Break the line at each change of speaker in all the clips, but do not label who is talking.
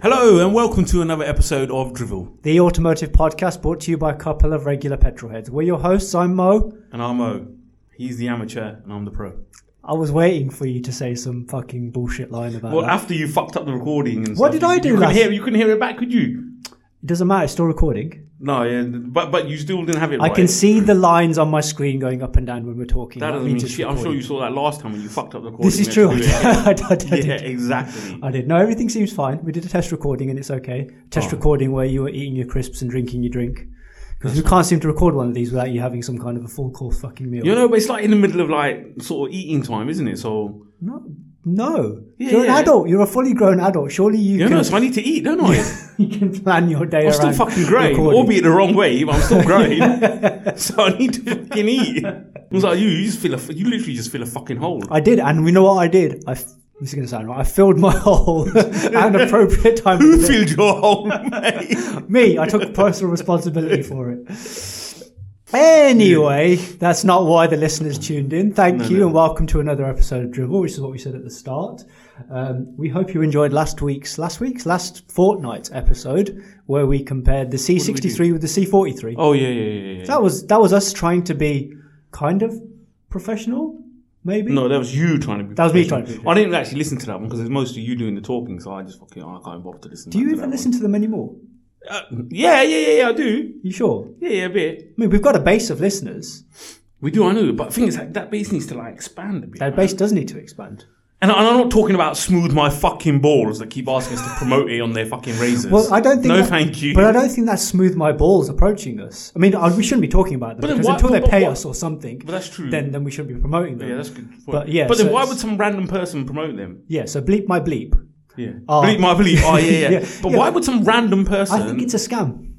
Hello and welcome to another episode of Drivel.
The Automotive Podcast brought to you by a couple of regular petrolheads. We're your hosts. I'm Mo.
And I'm O. He's the amateur and I'm the pro.
I was waiting for you to say some fucking bullshit line about
Well,
that.
after you fucked up the recording and stuff,
What did I
you-
do
You couldn't,
last-
hear, you couldn't hear it back, could you?
it doesn't matter. It's still recording.
No, yeah, but but you still didn't have it
I
right.
can see the lines on my screen going up and down when we're talking.
That doesn't mean
means it's
shit. I'm sure
recording.
you saw that last time when you fucked up the recording.
This is
Let's
true.
do
I,
it.
did- I did.
yeah, exactly.
I did. No, everything seems fine. We did a test recording and it's okay.
Oh.
Test recording where you were eating your crisps and drinking your drink. Because we can't seem to record one of these without you having some kind of a full course fucking meal.
You know, but it's like in the middle of like sort of eating time, isn't it? So
no. No.
Yeah,
you're
yeah.
an adult. You're a fully grown adult. Surely you
you
can
know, so I need to eat, don't I?
you can plan your day
I'm
around.
still fucking growing,
recording.
albeit the wrong way, but I'm still growing. so I need to fucking eat. I was like, you, you just fill a, you literally just fill a fucking hole.
I did, and we know what I did. I f- this is going to sound wrong. I filled my hole at an appropriate time.
Who filled your hole, mate?
Me, I took personal responsibility for it. Anyway, that's not why the listeners tuned in. Thank you,
no.
and welcome to another episode of Dribble, which is what we said at the start. Um, we hope you enjoyed last week's, last week's, last fortnight's episode, where we compared the C63 with the C43.
Oh yeah, yeah, yeah. yeah.
That was that was us trying to be kind of professional, maybe.
no, that was you trying to be.
That was me
professional.
trying to be
I didn't actually listen to that one because it's mostly you doing the talking, so I just fucking I can't bother to listen.
Do you even listen to them anymore?
yeah, yeah, yeah, yeah. I do.
You sure?
Yeah, yeah, a bit.
I mean, we've got a base of listeners.
We do. I know, but the thing is, that, that base needs to like expand a bit.
That
man.
base does need to expand.
and, I- and I'm not talking about smooth my fucking balls that keep asking us to promote it on their fucking razors.
Well, I don't think.
No,
that-
thank you.
But I don't think that's smooth my balls approaching us. I mean, I, we shouldn't be talking about them
then
because
why-
until
but-
they
but
pay
what-
us or something,
But that's true.
then then we shouldn't be promoting them.
yeah, that's a good. Point.
But yeah,
but then
so
why
it's-
would some random person promote them?
yeah. So bleep my bleep.
Yeah,
Oh.
bleep my bleep. Oh yeah, yeah.
Yeah,
But
yeah.
why would some random person?
I think it's a scam.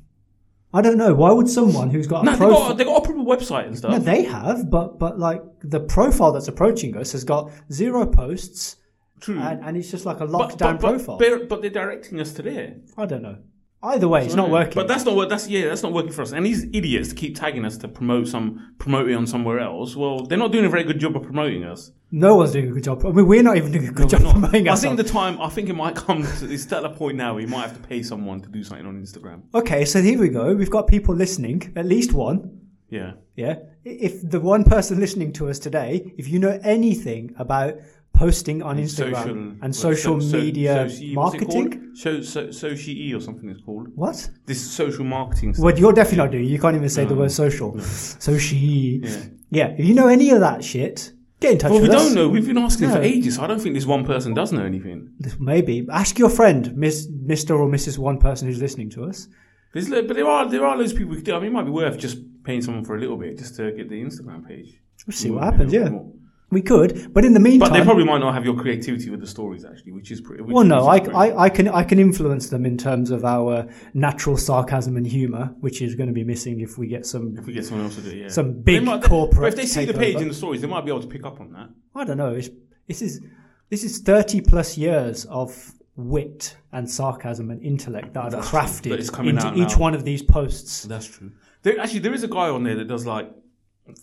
I don't know. Why would someone who's got a
no, they
profile?
got, they got a proper website and stuff.
No, they have, but but like the profile that's approaching us has got zero posts,
True.
and, and it's just like a
Hmm. but,
lockdown
but, but,
profile.
but, but they're directing us to there.
I don't know. Either way, it's not working.
But that's not what. That's yeah. That's not working for us. And these idiots keep tagging us to promote some promote it on somewhere else. Well, they're not doing a very good job of promoting us.
no one's doing a good job. I mean, we're not even doing a good job
We're not.
promoting
I
ourselves.
think the time. I think it might come. To, it's at the point now where you might have to pay someone to do something on Instagram.
okay, so here we go. We've got people listening, at least one.
Yeah.
Yeah. I- If the one person listening to us today, if you know anything about posting on Instagram and
so-
social
so-
media
soci- what's it called?
marketing,
So, so, soci or something it's called.
what?
This is social marketing stuff.
Well, you're definitely not doing. it. You can't even say the word social. So she. Yeah. If you know any of that shit, get in touch
Well, we
with us.
don't know. We've been asking
No.
for ages. I don't think this one person does know anything.
Maybe ask your friend, Miss, Mister, or Mrs. One person who's listening to us.
There's, lo- but there are there are loads of people who do. I mean, it might be worth just paying someone for a little bit just to get the Instagram page.
We'll see what
More-
happens.
more-
Yeah,
more.
we could, but in the meantime,
But they probably might not have your creativity with the stories actually, which is pretty. Which
Well, no, I,
which is pretty-
I, I can I can influence them in terms of our natural sarcasm and humour, which is going to be missing if we get some.
If we get someone else to do it, yeah.
Some
They
big
might-
corporate
But if they see the page
takeover.
in the stories, they might be able to pick up on that.
I don't know. It's, this is this is thirty plus years of wit and sarcasm and intellect that I've crafted
but it's coming
into
out
each
now.
one of these posts.
That's true. There, actually, there is a guy on there that does like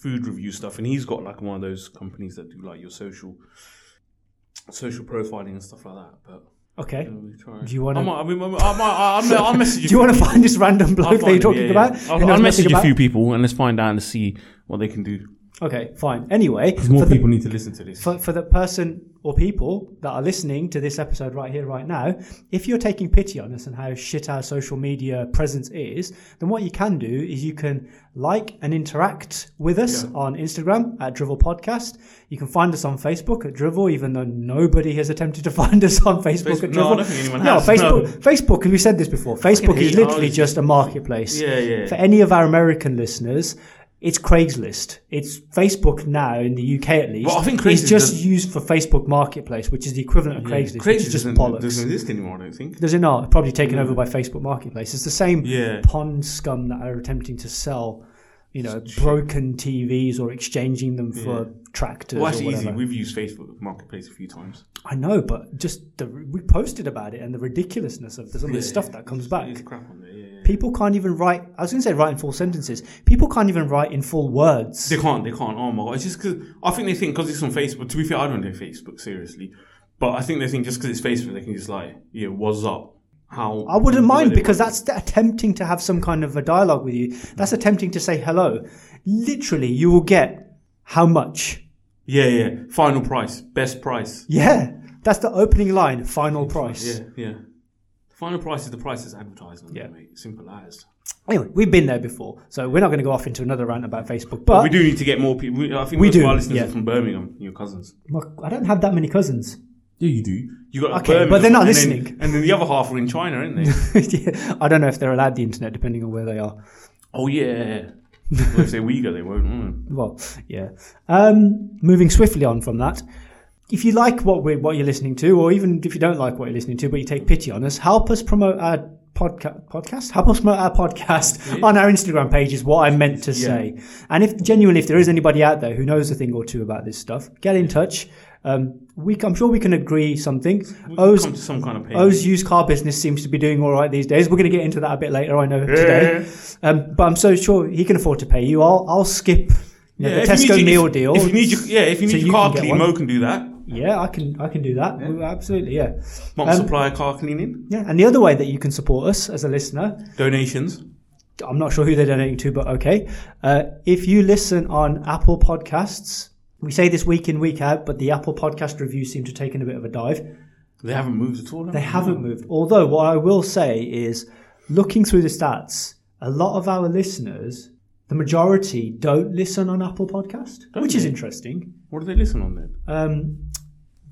food review stuff, and he's got like one of those companies that do like your social social profiling and stuff like that. But
Okay.
we try.
Do you wanna-
I might. I mean, I might, I might, I'll, I'll message you.
Do you want to find this random bloke that you're talking about? who
I'll,
knows
I'll
nothing
message a
about-
few people and let's find out and see what they can do.
Okay, fine. Anyway,
More
for the-
people need to listen to this.
for, for the person or people that are listening to this episode right here, right now, if you're taking pity on us and how shit our social media presence is, then what you can do is you can like and interact with us on Instagram at Drivel Podcast. You can find us on Facebook at Drivel, even though nobody has attempted to find us on Facebook
Face-
at
no, I
Drivel.
don't think anyone
no,
has, no.
Facebook, Facebook, and we said this before, Facebook
hate
is literally
ours.
just a marketplace.
Yeah, yeah.
For any of our American listeners, it's Craigslist. It's Facebook now in the UK at least.
Well, I think
it's
Craigslist
just
does-
used for Facebook Marketplace, which is the equivalent of Craigslist. which
Craigslist
is just
doesn't,
bollocks.
doesn't exist anymore, I don't think.
Does it not? Probably taken over by Facebook Marketplace. It's the same
Yeah.
pond scum that are attempting to sell, you know, broken TVs or exchanging them for tractors.
Well,
or
actually, easy.
whatever.
We've used Facebook Marketplace a few times.
I know, but just the, we posted about it and the ridiculousness of some of the stuff that comes back.
There's crap on there, yeah, yeah.
People can't even write. I was going to say write in full sentences. People can't even write in full words.
They can't. They can't. Oh my god! It's just because I think they think because it's on Facebook. To be fair, I don't do Facebook seriously, but I think they think just because it's Facebook, they can just like yeah, what's up? how
I wouldn't
people
mind
live.
because that's attempting to have some kind of a dialogue with you. That's attempting to say hello. Literally, you will get how much.
yeah, yeah. Final price, best price.
Yeah, that's the opening line. Final price.
Yeah, yeah. Final price is the price that's advertised on
Yeah.
it, mate. Simple as.
Anyway, we've been there before, so we're not going to go off into another rant about Facebook. But
we do need to get more people. We- I think
Oh. We
most of
do,
our listeners
yeah.
are from Birmingham, your cousins.
Look, I don't have that many cousins.
Yeah, you do. You got
Okay, but they're not
and
listening.
Then, and then the other half are in China, aren't they?
Yeah, I don't know if they're allowed the internet, depending on where they are.
oh yeah. well, if they're Uyghur, they won't. mm.
Well, yeah. Um, moving swiftly on from that, if you like what we what you're listening to, or even if you don't like what you're listening to, but you take pity on us, help us promote our podcast. Podcast, help us promote our podcast on our Instagram page is what I meant to say. And if genuinely, if there is anybody out there who knows a thing or two about this stuff, get in touch. Um, we, I'm sure we can agree something.
Come
O's,
to some kind of page.
O's used car business seems to be doing all right these days. We're going to get into that a bit later, I know, today. Um, but I'm so sure he can afford to pay you. I'll, I'll skip you know,
Yeah,
the
if you
Tesco
need your-
meal
if-
deal.
If you need your, yeah, if you need
So
your
you
car
can get
clean,
one.
Mo can do that.
yeah, I can I can do that. We- Absolutely, yeah.
Mom
Um,
supply car cleaning.
Yeah, and the other way that you can support us as a listener,
Donations.
I'm not sure who they're donating to, but okay. Uh, if you listen on Apple Podcasts, we say this week in week out, but the Apple Podcast reviews seem to have taken a bit of a dive.
They haven't moved at all. have
They haven't moved. Although, what I will say is, looking through the stats, a lot of our listeners, the majority, don't listen on Apple Podcast, which is interesting.
What do they listen on then?
Um,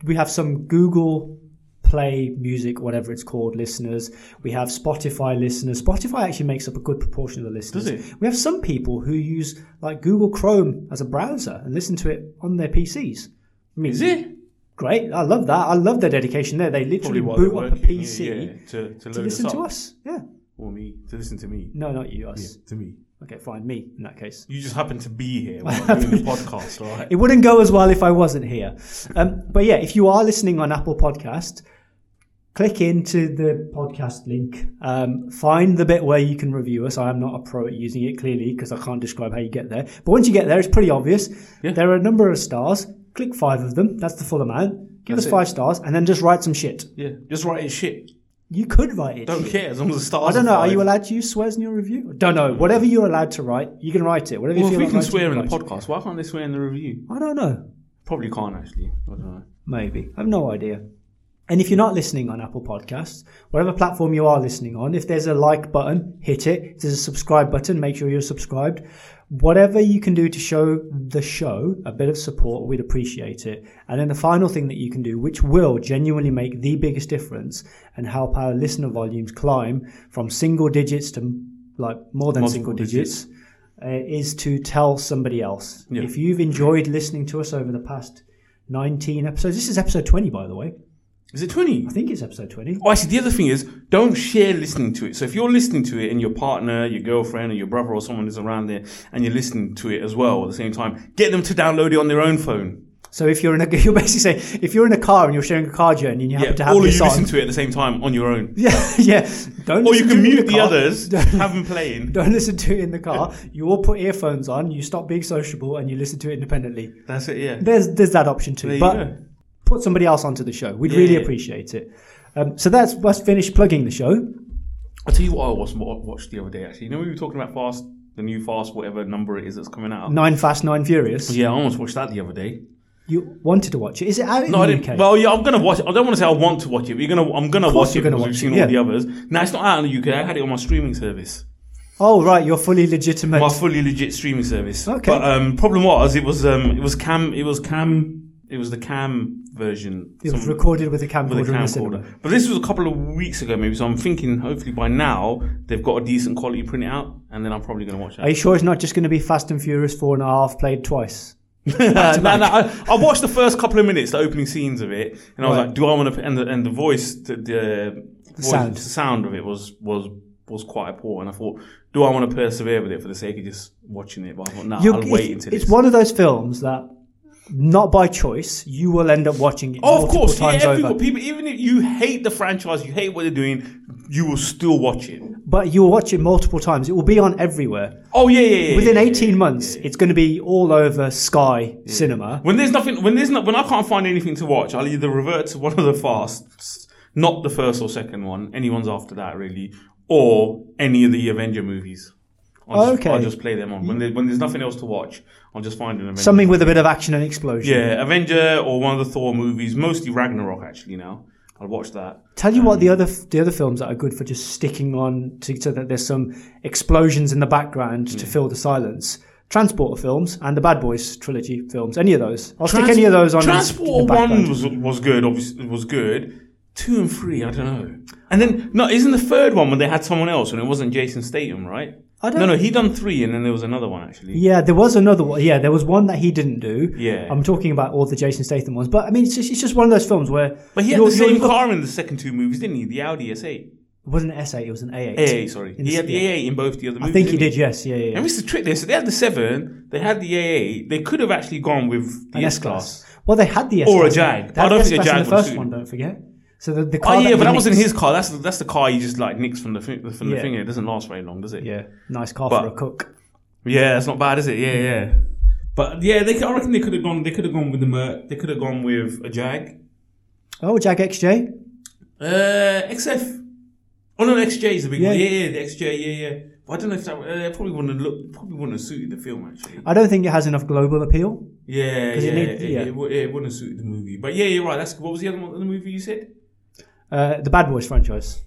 we have some Google Play Music, whatever it's called, listeners. We have Spotify listeners. Spotify actually makes up a good proportion of the listeners.
Does
We have some people who use like Google Chrome as a browser and listen to it on their PCs. I mean,
Is it
great? I love that. I love their dedication there. They literally
while they're
boot up a
working, yeah,
PC
yeah, to, to,
to
load
listen
us
to
up.
us. Yeah.
or me to listen to me
No, not you, us.
to me?
Okay, fine, me in that case.
You just happen to be here while I'm doing the podcast, all right?
It wouldn't go as well if I wasn't here. Um, but yeah, if you are listening on Apple Podcast, click into the podcast link. Um, find the bit where you can review us. I am not a pro at using it clearly because I can't describe how you get there. But once you get there, it's pretty obvious. There are a number of stars. Click five of them. That's the full amount. Give
That's
us
it.
five stars and then just write some shit.
Yeah, just write it shit.
You could write it.
Don't care as long as the stars.
I don't know. Are you
Allowed
allowed to use swears in your review? Don't know. Whatever you're allowed to write, you can write it. Whatever
well,
you
if
feel
we
like
can
writing,
swear in the
write it.
podcast, why can't they swear in the review?
I don't know.
Probably can't actually. I don't know.
Maybe. I've no idea. And if you're not listening on Apple Podcasts, whatever platform you are listening on, if there's a like button, hit it. If there's a subscribe button, make sure you're subscribed. Whatever you can do to show the show a bit of support, we'd appreciate it. And then the final thing that you can do, which will genuinely make the biggest difference and help our listener volumes climb from single digits to like more than
Multiple
single digits, Uh, is to tell somebody else.
Yeah.
If you've enjoyed listening to us over the past 19 episodes. This is episode 20, by the way.
Is it twenty?
I think it's episode 20.
Oh, actually, the other thing is, don't share listening to it. So if you're listening to it and your partner, your girlfriend, or your brother or someone is around there, and you're listening to it as well at the same time, get them to download it on their own phone.
So if you're in a, you're basically saying, if you're in a car and you're sharing a car journey and you happen to
Yeah,
have
all of
this
you
on,
listen to it at the same time on your own,
yeah, yeah, don't.
or
listen
you
to
can
it in
mute the
car.
others, have them playing.
Don't listen to it in the car. You all put earphones on. You stop being sociable and you listen to it independently.
That's it. Yeah.
There's there's that option too.
There you
but
go.
put somebody else onto the show. We'd really
yeah.
appreciate it. Um, so that's that's finished plugging the show.
I'll tell you what I was what I watched the other day actually. You know we were talking about fast the new fast whatever number it is that's coming out.
Nine fast, nine furious.
Yeah, I almost watched that the other day.
You wanted to watch it. Is it out in
No, I
the
didn't.
UK?
Well, yeah, I'm gonna watch it. I don't want to say I want to watch it. But you're gonna, I'm gonna watch
course
it
you're gonna
because
watch
we've
it,
seen
yeah.
all the others. No, it's not out in the UK. I had it on my streaming service,
oh right, you're fully legitimate.
my fully legit streaming service.
Okay.
But um, problem was, it was um, it was cam, it was cam, it was the cam version.
It was
Some-
recorded with a camcorder.
with a
in the cinema.
camcorder. But this was a couple of weeks ago, maybe. So I'm thinking, hopefully by now they've got a decent quality printout, and then I'm probably gonna watch that.
Are you sure it's not just going to be Fast and Furious four and a half played twice?
Uh, no, no, I, I watched the first couple of minutes, the opening scenes of it, and I was
Right.
like, "Do I want to?" And the and the voice, the, the, voice,
sound.
the sound of it was was was quite poor. And I thought, "Do I want to persevere with it for the sake of just watching it?" But I thought, "No,
You-
I'll
it's,
wait until
it's
it's."
one of those films that, not by choice, you will end up watching it
Oh, of
multiple
course, yeah,
times
everyone-
over.
people, even if you hate the franchise, you hate what they're doing, you will still watch it.
But you will watch it multiple times. It will be on everywhere.
Oh yeah, yeah. yeah
Within
yeah, yeah,
18
yeah.
months, it's going to be all over Sky Cinema.
When there's nothing, when there's not, when I can't find anything to watch, I'll either revert to one of the fasts, Not the first or second one. Anyone's after that, really. Or any of the Avenger movies. I'll just,
Okay.
I'll just play them on. When, there, when there's nothing else to watch, I'll just find an Avenger.
Something with a bit of action and explosion.
Yeah, Avenger or one of the Thor movies, mostly Ragnarok, actually, now. I'll watch that.
Tell you what,
Um,
the other the other films that are good for just sticking on to, so that there's some explosions in the background
Mm.
to fill the silence. Transporter films and the Bad Boys trilogy films. Any of those? I'll stick
Trans-
any of those on. in the
Transport
background.
one was was good. Obviously, was good. Two and three, I don't know. And then no, isn't the third one when they had someone else and it wasn't Jason Statham, right?
I don't-
No, no, he done three, and then there was another one actually.
Yeah, there was another one. Yeah, there was one that he didn't do.
Yeah.
I'm talking about all the Jason Statham ones, but I mean, it's just, it's just one of those films where.
But he had
you're-
the
you're
same
look-
car in the second two movies, didn't he? The Audi S8,
It wasn't an S8, it was an A8.
A8, sorry.
In
he
the-
had the
yeah.
A8 in both the other movies.
I think he
didn't
did, yes. Yeah, yeah,
And
yeah.
this is the trick there. So they had the seven, they had the A8. They could have actually gone with the
An
S class.
Well, they had the S
Or a
class.
Jag.
They had
I don't
the S
think a
class in
Jag
the
would
first
suit.
one, don't forget. So the, the car.
Oh yeah,
that
but
he
that wasn't
nicked-
his car. That's the, that's the car he just like nicks from the thing, from the
Yeah.
thing. It doesn't last very long, does it?
Yeah, nice car
But-
for a cook.
Yeah, that's not bad, is it? Yeah, yeah. But yeah, they, I reckon they could have gone. They could have gone with the Merc. They could have gone with a Jag,
Oh, Jag XJ?
uh, XF. Oh no, XJ is the big one.
Yeah.
Yeah, yeah, the XJ. Yeah, yeah. But I don't know if that uh, probably wouldn't have looked. Probably wouldn't have suited the film actually.
I don't think it has enough global appeal.
Yeah, yeah,
'Cause it
it,
needs- yeah.
It, wou- yeah, it wouldn't have suited the movie. But yeah, you're right. That's what was the other one, the movie you said?
Uh, the Bad Boys franchise.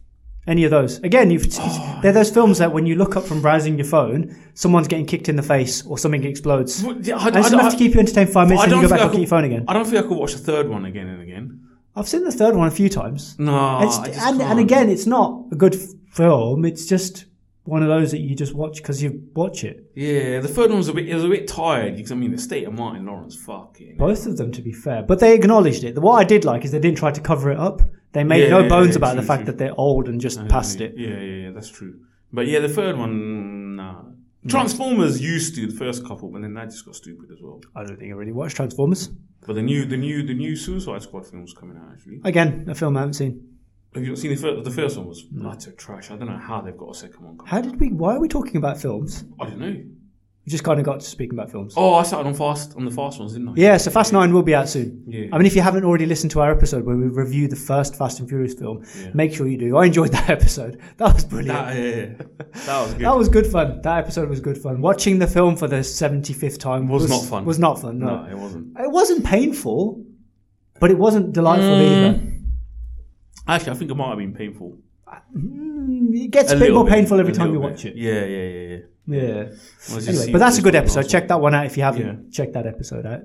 Any of those? Again, you've,
Oh.
they're those films that when you look up from browsing your phone, someone's getting kicked in the face or something explodes.
Well, yeah,
And it's enough to keep you entertained for five minutes,
I
and you
don't
go
think
back
I
and look at
could-
your phone again.
I don't think I could watch the third one again and again.
I've seen the third one a few times.
No,
It's-
Ah, I just
and,
can't.
and again, it's not a good f- film. It's just one of those that you just watch because you watch it.
yeah, the third one was a bit. It was a bit tired because I mean the state of Martin Lawrence, fucking.
Both of them, to be fair, but they acknowledged it. What I did like is they didn't try to cover it up. They made
Yeah,
no
yeah,
bones
yeah,
about
true,
the fact
true.
that they're old and just passed it.
Yeah, yeah, yeah, that's true. But yeah, the third one, nah. Transformers used to the first couple, but then that just got stupid as well.
I don't think I really watched Transformers.
But the new, the new, the new Suicide Squad film's coming out. Actually,
Again, a film I haven't seen.
have you not seen the first? The first one was utter trash. I don't know how they've got a second one. Coming.
How did we? Why are we talking about films?
I don't know.
We just kind of got to speaking about films.
Oh, I started on fast on the fast ones, didn't I?
Yeah, so Fast Nine will be out soon.
Yeah.
I mean, if you haven't already listened to our episode where we review the first Fast and Furious film, make sure you do. I enjoyed that episode. That was brilliant.
That, yeah, yeah, yeah. that was good.
That was good fun. That episode was good fun. Watching the film for the 75th time
Was not fun.
Was not fun, no.
no, it wasn't.
It wasn't painful, but it wasn't delightful
Mm.
either.
Actually, I think it might have been painful.
Mm, It gets a, bit
little
more painful every
a
time you
little
watch
bit.
it.
Yeah, yeah, yeah, yeah.
Yeah.
Let's just
Anyway,
see
but that's
what's
a good
going on.
episode. Check that one out if you haven't.
Yeah.
Check that episode out.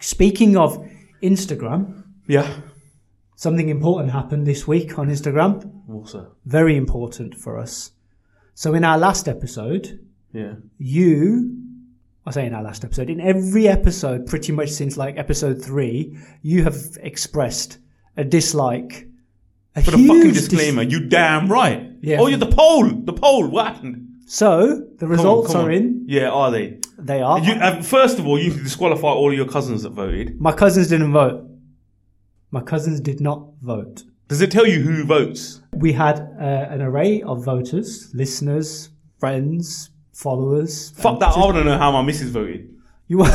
Speaking of Instagram,
Yeah.
something important happened this week on Instagram.
Also.
Very important for us. So in our last episode,
Yeah.
you I say in our last episode, in every episode, pretty much since like episode three, you have expressed a dislike. A
But a fucking disclaimer, you damn right.
Yeah.
Oh, you're the poll. The poll. What happened?
so
Come
the
on,
results
come
are
on.
in.
Yeah, are they?
They are.
You, uh, first of all, you need to disqualify all your cousins that voted.
My cousins didn't vote. My cousins did not vote.
Does it tell you who votes?
We had uh, an array of voters, listeners, friends, followers.
Fuck that. I want to know how my missus voted.
You were.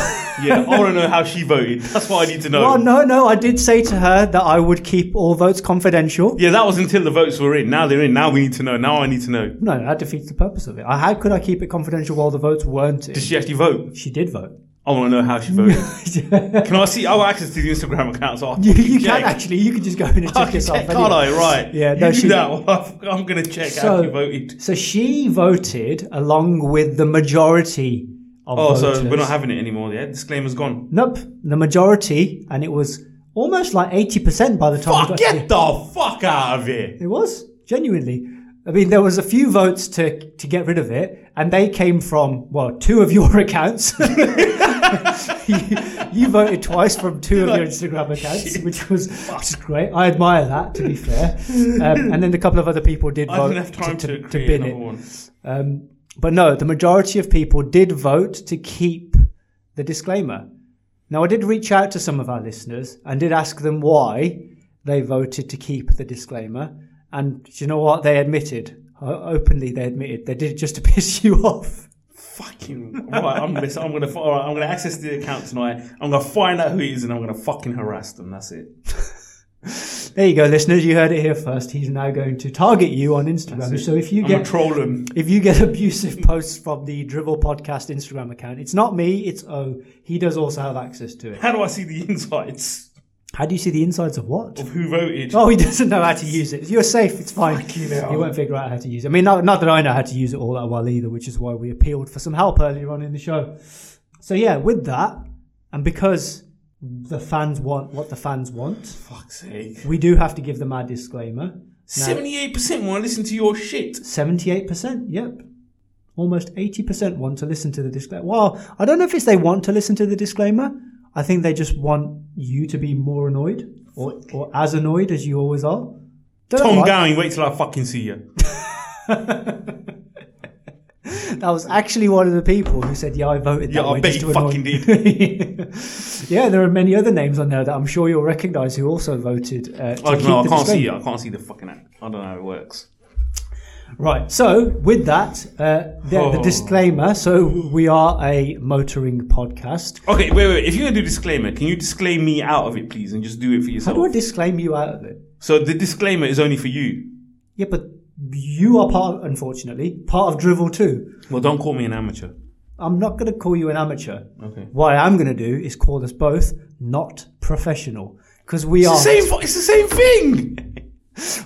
Yeah, I want to know how she voted. That's what I need to know.
Oh no, no! I did say to her that I would keep all votes confidential.
Yeah, that was until the votes were in. Now they're in. Now we need to know. Now I need to know.
No, that defeats the purpose of it. I, how could I keep it confidential while the votes weren't in?
Did she actually vote?
She did vote.
I want to know how she voted.
you,
Can I see? I have access to the Instagram accounts. So I
you can
check.
actually. You can just go in and
I
check
can
yourself.
check,
anyway.
can't I? Right.
Yeah,
You
no,
do
she-
that one. I'm going to check how
So-
she voted.
So she voted along with the majority of
Oh,
voters.
so we're not having it anymore. Yeah, disclaimer's gone.
nope, the majority, and it was almost like eighty percent by the time. we
Fuck,
got to
get the fuck out of here.
It was genuinely. I mean, there was a few votes to to get rid of it, and they came from well, two of your accounts. you, you voted twice from two of your Instagram accounts, which was which is great. I admire that. To be fair, um, and then a couple of other people did
I
vote
didn't have time to, create
bin
another
it.
one.
Um, but no, the majority of people did vote to keep the disclaimer. Now, I did reach out to some of our listeners and did ask them why they voted to keep the disclaimer. And do you know what? They admitted, o- openly, they admitted they did it just to piss you off.
Fucking right. I'm gonna. so I'm gonna. fi- All right, I'm gonna access the account tonight. I'm gonna find out who it is, and I'm gonna fucking harass them. That's it.
There you go, listeners. You heard it here first. He's now going to target you on Instagram. So if you
I'm
get
a troll him.
if you get abusive posts from the Drivel Podcast Instagram account, it's not me. It's O. He does also have access to it.
How do I see the insights
How do you see the insides of what?
of who voted?
Oh, he doesn't know how to use it. You're safe. It's fine.
Fucking hell.
He won't figure out how to use it. I mean, not, not that I know how to use it all that well either, which is why we appealed for some help earlier on in the show. So yeah, with that, and because the fans want what the fans want,
Fuck's sake.
we do have to give them our disclaimer. Now,
Seventy-eight percent want to listen to your shit.
78%, yep. Almost 80% want to listen to the disclaimer. Well, I don't know if it's they want to listen to the disclaimer. I think they just want you to be more annoyed or, or as annoyed as you always are. Don't know
Tom
why.
Downing, wait till I fucking see you.
That was actually one of the people who said, "Yeah, I voted."
Yeah,
that
I
way
bet
just
you
to annoy
fucking
yeah, there are many other names on there that I'm sure you'll recognise who also voted. Uh, to
Oh,
keep
no, I
the
can't see
disclaimer.
it. I can't see the fucking app. I don't know how it works.
Right. So with that, uh, the, the
Oh.
disclaimer. So we are a motoring podcast.
Okay, wait, wait. If you're gonna do disclaimer, can you disclaim me out of it, please, and just do it for
How do I
yourself?
disclaim you out of it?
So the disclaimer is only for you.
Yeah, but you are part, unfortunately, part of Drivel too.
Well, don't call me an amateur.
I'm not going to call you an amateur.
Okay.
What I am going to do is call us both not professional because we
It's
are
the same. fu- It's the same thing.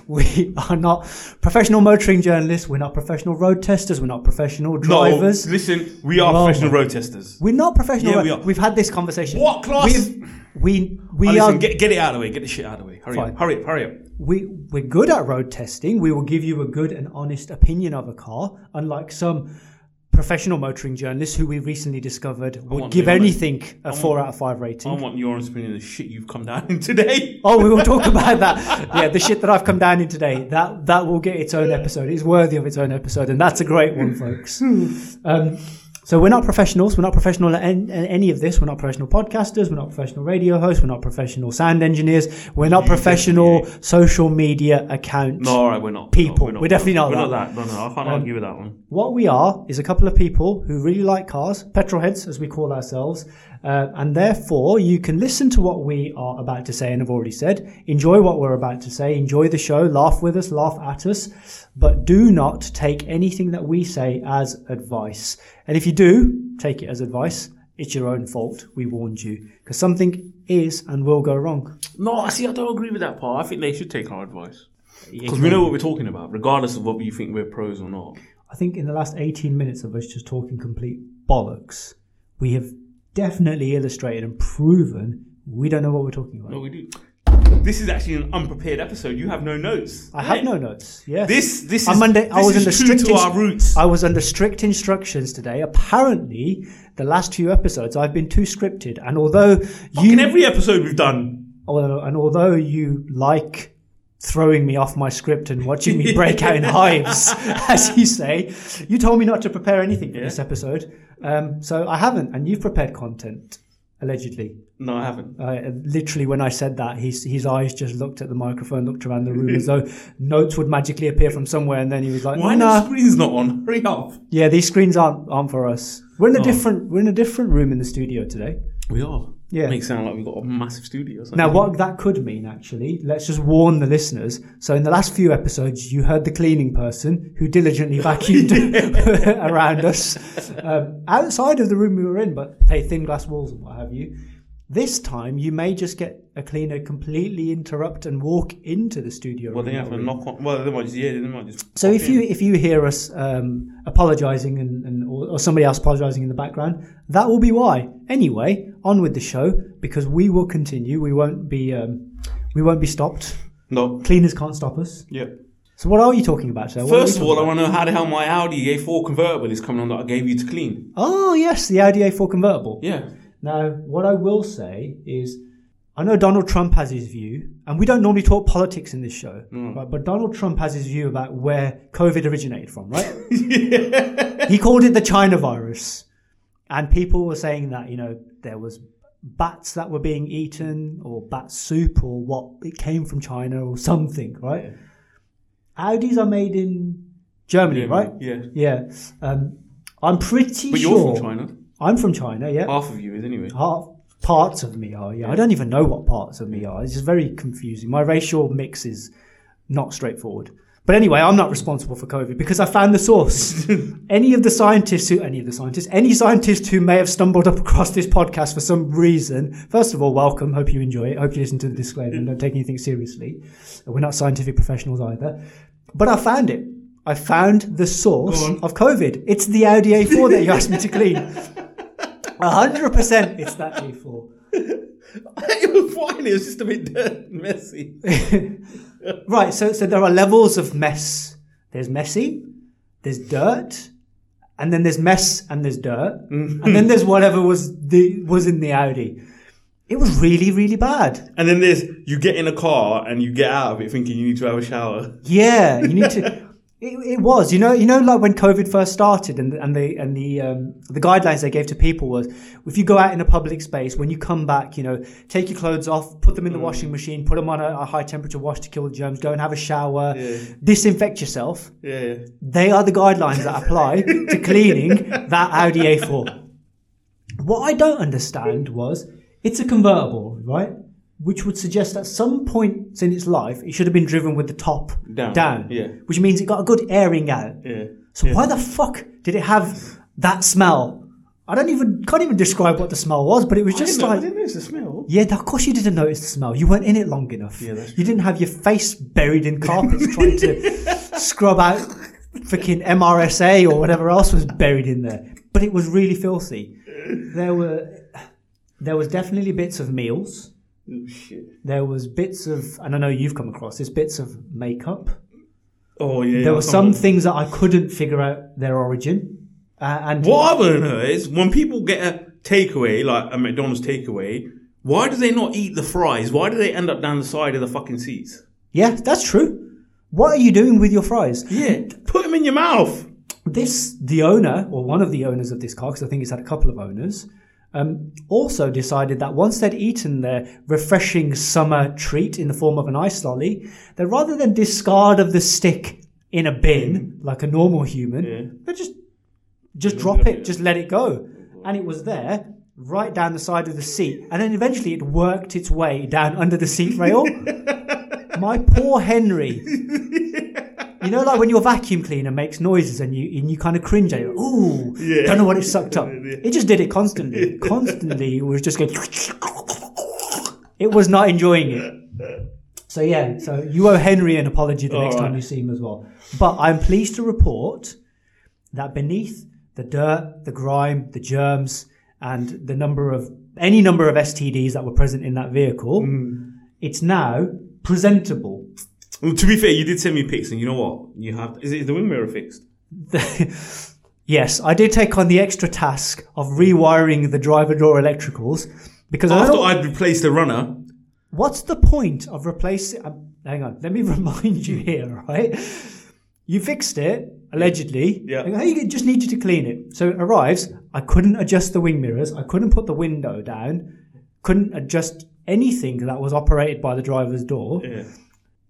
We are not professional motoring journalists. We're not professional road testers. We're not professional
No,
drivers.
listen. We are
Well-
professional road testers.
We're not professional.
Yeah,
road-
we are.
We've had this conversation.
What class?
We've, we we
Oh,
are
listen, get, get it out of the way. Get the shit out of the way. Hurry
Fine.
up. Hurry up. Hurry up.
we we're good at road testing. We will give you a good and honest opinion of a car, unlike some professional motoring journalists who we recently discovered would
want
give
the honest-
anything a four out of five rating.
I want your honest opinion of the shit you've come down in today.
Oh, we will talk about that. Yeah, the shit that I've come down in today. That that will get its own episode. It's worthy of its own episode, and that's a great one, folks. Um, so we're not professionals. We're not professional at an- at any of this. We're not professional podcasters. We're not professional radio hosts. We're not professional sound engineers. We're not professional social media accounts.
No, all right, we're not.
People.
we're, not.
We're definitely not
We're
that.
not that. Um, No, no, I can't argue with that one.
What we are is a couple of people who really like cars, petrolheads as we call ourselves, uh, and therefore you can listen to what we are about to say and have already said, enjoy what we're about to say, enjoy the show, laugh with us, laugh at us, but do not take anything that we say as advice. And if you do take it as advice, it's your own fault. We warned you because something is and will go wrong.
No, I see. I don't agree with that part. I think they should take our advice because we know what we're talking about, regardless of whether you think we're pros or not.
I think in the last 18 minutes of us just talking complete bollocks, we have definitely illustrated and proven we don't know what we're talking about.
No, we do. This is actually an unprepared episode. You have no notes.
I have no notes. Yes.
This. This
I'm
is.
under,
this
I was
is
under
true
strict
to
ins-
our roots.
I was under strict instructions today. Apparently, the last few episodes I've been too scripted, and although
In
you
every episode we've done,
although, and although you like throwing me off my script and watching me break out in hives, as you say, you told me not to prepare anything for this episode. Um, so I haven't, and you've prepared content allegedly.
no, I haven't.
Uh, literally, when I said that, his his eyes just looked at the microphone, looked around the room as though notes would magically appear from somewhere, and then he was like,
Why
"No,
no screen's not on? Hurry up.
yeah, these screens aren't aren't for us. We're in a different we're in a different room in the studio today."
We are.
Yeah.
Makes it sound like we've got a massive studio. Or something.
Now, what that could mean, actually, let's just warn the listeners. So, in the last few episodes, you heard the cleaning person who diligently vacuumed around us um, outside of the room we were in, but hey, thin glass walls and what have you. This time, you may just get a cleaner completely interrupt and walk into the studio.
Well, they
room.
have a knock on. Well, they might just yeah, they might just.
So
pop
if
in.
you if you hear us um, apologising and, and or, or somebody else apologising in the background, that will be why. Anyway, on with the show because we will continue. We won't be um, we won't be stopped.
no,
Cleaners can't stop us.
yeah.
So what are you talking about today? What are we
First of
talking
all, I
about?
want to know how the hell my Audi A4 convertible is coming on that I gave you to clean.
oh yes, the Audi A4 convertible.
Yeah.
Now, what I will say is, I know Donald Trump has his view, and we don't normally talk politics in this show,
Mm.
right? But Donald Trump has his view about where COVID originated from, right? He called it the China virus, and people were saying that you know there was bats that were being eaten or bat soup or what it came from China or something, right? Audis are made in Germany, right?
Yeah.
Yeah. Um, I'm pretty
But
sure. Ah.
you're from China.
I'm from China. Yeah.
Half of you is anyway.
Half. parts of me are. Yeah, I don't even know what parts of me
Mm.
are. It's just very confusing. My racial mix is not straightforward. But anyway, I'm not responsible for COVID because I found the source. any of the scientists who, any of the scientists, any scientist who may have stumbled up across this podcast for some reason, first of all, welcome. Hope you enjoy it. Hope you listen to the disclaimer and don't take anything seriously. We're not scientific professionals either. But I found it. I found the source
Go on.
of COVID. It's the Audi A4 that you asked me to clean. 100% it's that A4.
it was fine. It was just a bit dirt and messy.
Right, so so there are levels of mess. There's messy, there's dirt, and then there's mess and there's dirt, and then there's whatever was the was in the Audi. It was really really bad.
And then there's you get in a car and you get out of it thinking you need to have a shower.
Yeah, you need to. It, it was, you know, you know, like when COVID first started, and and the and the um, the guidelines they gave to people was, if you go out in a public space, when you come back, you know, take your clothes off, put them in the washing machine, put them on a, a high temperature wash to kill the germs, go and have a shower,
Yeah.
disinfect yourself.
Yeah, yeah.
They are the guidelines that apply to cleaning that Audi A4. What I don't understand was it's a convertible, right? Which would suggest at some point in its life it should have been driven with the top
Down,
down,
yeah.
which means it got a good airing out.
yeah.
So why the fuck did it have that smell? I don't even can't even describe what the smell was, but it was just
I
like
didn't notice the smell.
yeah, of course you didn't notice the smell. You weren't in it long enough.
Yeah, that's
you didn't have your face buried in carpets trying to scrub out freaking MRSA or whatever else was buried in there. But it was really filthy. There were there was definitely bits of meals.
Oh, shit.
There was bits of, and I know you've come across this, bits of makeup.
Oh, yeah.
There
yeah,
were some things that I couldn't figure out their origin. Uh, and
What I want to know is when people get a takeaway, like a McDonald's takeaway, why do they not eat the fries? Why do they end up down the side of the fucking seats?
yeah, that's true. What are you doing with your fries?
Yeah, put them in your mouth.
this the owner or one of the owners of this car because i think it's had a couple of owners um, also decided that once they'd eaten their refreshing summer treat in the form of an ice lolly that rather than discard of the stick in a bin like a normal human they just just drop it just let it go and it was there right down the side of the seat and then eventually it worked its way down under the seat rail my poor henry you know, like when your vacuum cleaner makes noises and you and you kind of cringe at it. Ooh, don't know what it sucked up. It just did it constantly. Constantly, it was just going. It was not enjoying it. So yeah, so you owe Henry an apology the next
right.
time you see him as well. But I'm pleased to report that beneath the dirt, the grime, the germs, and the number of any number of STDs that were present in that vehicle,
Hmm.
it's now presentable.
Well, to be fair, you did send me pics, and you know what? You have is it the wing mirror fixed?
yes, I did take on the extra task of rewiring the driver door electricals because I
After
don't,
I'd replaced the runner,
what's the point of replacing? Um, hang on, let me remind you here, right? You fixed it allegedly.
Yeah.
I go, Hey, you just needed to clean it. So it arrives. I couldn't adjust the wing mirrors. I couldn't put the window down. Couldn't adjust anything that was operated by the driver's door.
yeah.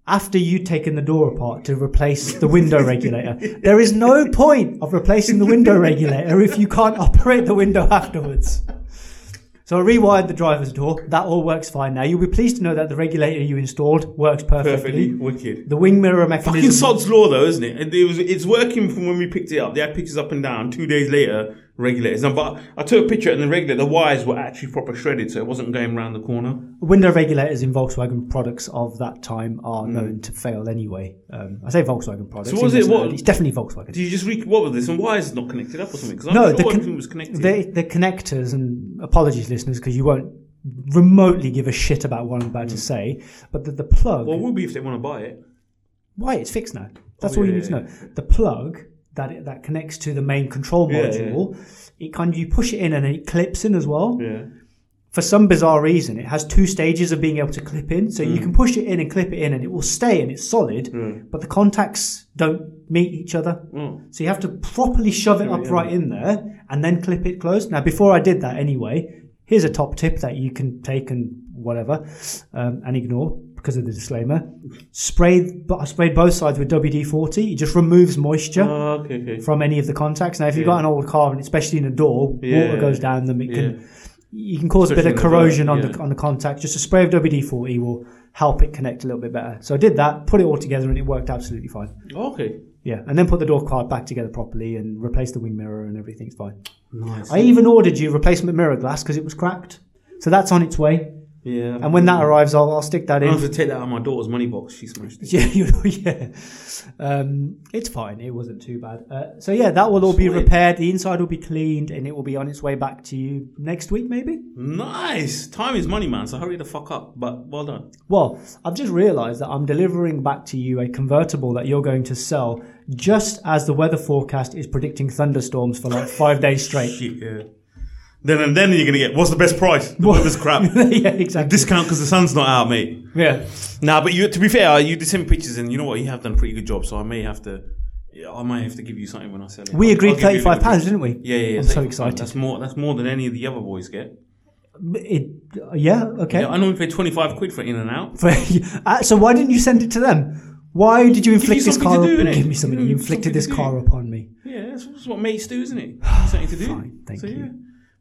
after you'd taken the door apart to replace the window regulator. There is no point of replacing the window regulator if you can't operate the window afterwards. So I rewired the driver's door. That all works fine now. You'll be pleased to know that the regulator you installed works perfectly.
perfectly wicked.
The wing mirror
Fucking
mechanism.
sod's law though, isn't it? And It was it's working from when we picked it up. They had pictures up and down. Two days later, regulators. Now, but I took a picture, and the regulator, the wires were actually proper shredded, so it wasn't going round the corner.
window regulators in Volkswagen products of that time are known to fail anyway. Um, I say Volkswagen products.
Hmm. So was
even
it
though
what-
It's definitely Volkswagen.
Do you just re- what was this? And why is it not connected up or something? Because I'm
No,
sure
the con-
everything was connected.
the, the connectors and apologies listeners because you won't remotely give a shit about what i'm about to say but the, the plug
Mm. well, will be if they want to buy it.
why it's fixed now that's
Oh,
all you
yeah,
need to know the plug that it, that connects to the main control
Yeah,
module it kind of you push it in and it clips in as well
Yeah.
for some bizarre reason, it has two stages of being able to clip in. So you can push it in and clip it in, and it will stay and it's solid, but the contacts don't meet each other.
Oh.
So you have to properly Hmm. shove it up right in there and then clip it closed. Now, before I did that anyway, here's a top tip that you can take and whatever um, and ignore because of the disclaimer. Spray, but I sprayed both sides with WD 40, it just removes moisture
Oh, okay, okay.
from any of the contacts. Now, if you've got an old car, and especially in a door,
Yeah.
water goes down them. It can you can cause a
Especially
bit of
on the
corrosion
vert,
on the
yeah.
on the contact. Just a spray of WD-40 will help it connect a little bit better. So I did that, put it all together, and it worked absolutely fine.
Okay.
Yeah, and then put the door card back together properly and replace the wing mirror, and everything's fine.
Nice.
I even ordered you replacement mirror glass because it was cracked, so that's on its way.
yeah.
And when that arrives, I'll, I'll stick that
I
in.
have to take that out of my daughter's money box. She smashed it.
Yeah, you know, yeah. Um, it's fine. It wasn't too bad. Uh, so yeah, that will all be
Sweet.
repaired. The inside will be cleaned, and it will be on its way back to you next week, maybe.
Nice. Time is money, man. So hurry the fuck up. But well done.
Well, I've just realised that I'm delivering back to you a convertible that you're going to sell just as the weather forecast is predicting thunderstorms for like five days straight.
Shit, yeah. Then and then you're gonna get what's the best price? The weather's crap.
yeah, exactly.
Discount because the sun's not out, mate.
Yeah.
Nah, but you to be fair, you did send me pictures, and you know what? You have done a pretty good job. So I may have to, yeah, I might have to give you something when I sell it.
We
I'll-
agreed
I'll give you a
thirty-five
little bit.
pounds, didn't we?
Yeah, yeah, yeah.
I'm so
35.
excited.
That's more. That's more than any of the other boys get.
It, yeah. Okay.
Yeah, I normally pay twenty-five quid for in and out.
Uh, so why didn't you send it to them? Why did you inflict this
something
car?
to do,
up-
innit?
give me something.
Give
You
me
inflicted
something
this
to do.
car upon me.
Yeah, that's, that's what mates do, isn't it? Something to do.
Fine, thank you.